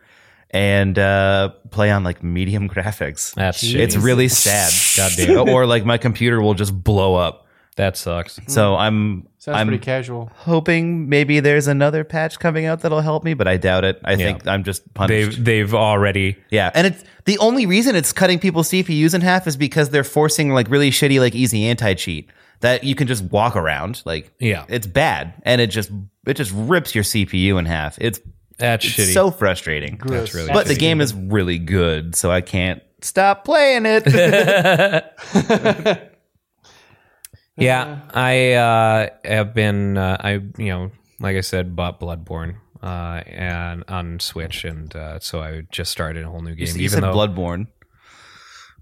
S2: and uh, play on like medium graphics.
S1: That's
S2: It's
S1: shitty.
S2: really sad.
S1: God damn.
S2: or like my computer will just blow up.
S1: That sucks.
S2: So I'm
S4: Sounds
S2: I'm
S4: pretty casual.
S2: hoping maybe there's another patch coming out that'll help me, but I doubt it. I think I'm just punished.
S1: They've they've already
S2: yeah, and it's the only reason it's cutting people's CPUs in half is because they're forcing like really shitty like easy anti cheat that you can just walk around. Like
S1: Yeah.
S2: it's bad, and it just it just rips your CPU in half. It's
S1: that's
S2: it's
S1: shitty.
S2: so frustrating.
S1: that's really
S2: but the
S1: shitty.
S2: game is really good, so I can't stop playing it. Uh-huh.
S1: Yeah, I uh, have been. Uh, I you know, like I said, bought Bloodborne uh, and on Switch, and uh, so I just started a whole new game.
S2: you
S1: even
S2: said
S1: though
S2: Bloodborne.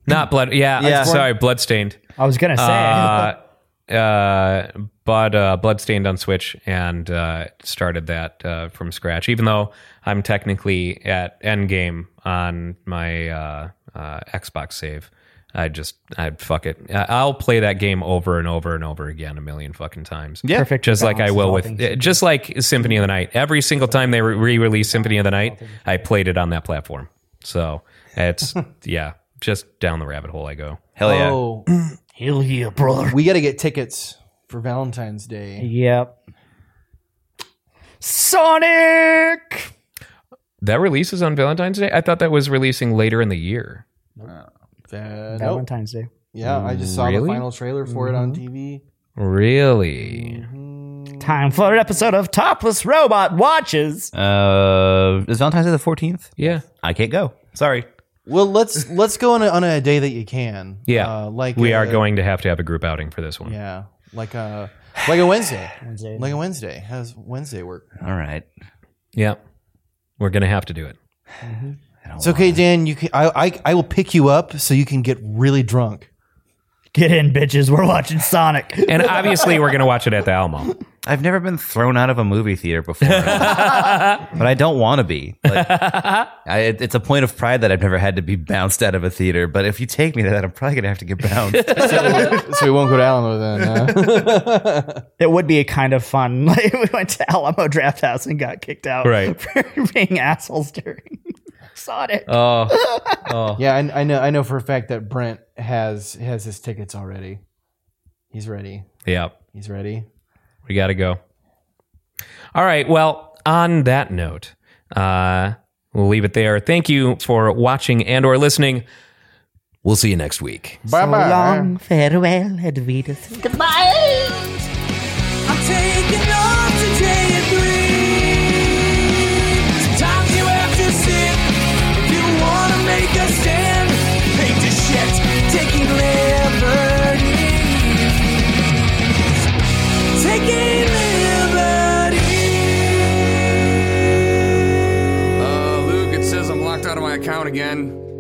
S1: not blood. Yeah,
S2: Yeah.
S1: I'm sorry, Bloodstained.
S3: I was gonna say.
S1: Uh, uh, but uh, Bloodstained on Switch and uh, started that uh, from scratch. Even though I'm technically at endgame on my uh, uh, Xbox save, I just I fuck it. I- I'll play that game over and over and over again a million fucking times. Yeah,
S3: Perfect
S1: Just like I
S3: balance is
S1: will
S3: all
S1: with
S3: things
S1: uh, just like Symphony of the Night. Every single time they re release Symphony of the Night, I played it on that platform. So it's yeah, just down the rabbit hole I go.
S2: Hell yeah.
S4: Oh,
S3: Hell yeah, brother.
S4: we got to get tickets for Valentine's Day.
S3: Yep. Sonic.
S1: That releases on Valentine's Day. I thought that was releasing later in the year.
S4: Uh, nope.
S3: Valentine's Day.
S4: Yeah, I just saw the Mm-hmm.
S1: Really?
S4: final trailer for it on TV.
S1: Really?
S3: Time for an episode of Topless Robot Watches.
S2: Uh, is Valentine's Day the 14th?
S1: Yeah.
S2: I can't go. Sorry.
S4: Well, let's let's go on a, on a day that you can.
S1: Yeah.
S4: uh, like
S1: we are
S4: a-
S1: going to have to have a group outing for this one.
S4: Yeah, like a like a Wednesday.
S3: Wednesday.
S4: Like a Wednesday. How's Wednesday work?
S2: All right.
S1: Yeah. We're going to have to do it.
S4: It's okay, Dan. You can. I, I I will pick you up so you can get really drunk.
S3: Get in, bitches. We're watching Sonic.
S1: And obviously, we're going to watch it at the Alamo.
S2: I've never been thrown out of a movie theater before, but I don't want to be. Like, I, it- it's a point of pride that I've never had to be bounced out of a theater. But if you take me to that, I'm probably gonna have to get bounced.
S4: So we won't go to Alamo then. huh?
S3: It would be kind of fun. Like we went to Alamo Draft House and got kicked out
S1: Right.
S3: for being assholes during Sonic.
S1: Oh,
S4: yeah, I, I know. I know for a fact that Brent has has his tickets already. He's ready.
S1: yeah.
S4: He's ready.
S1: We got to go. All right. Well, on that note, uh, we'll leave it there. Thank you for watching and or listening. We'll see you next week.
S4: Bye bye.
S3: Long farewell, Advitas.
S7: I'm taking off today at three. Sometimes you have to sit if you wanna make a stand. Hate to shit, taking liberties. Taking liberties.
S6: Uh, Luke, it says I'm locked out of my account again.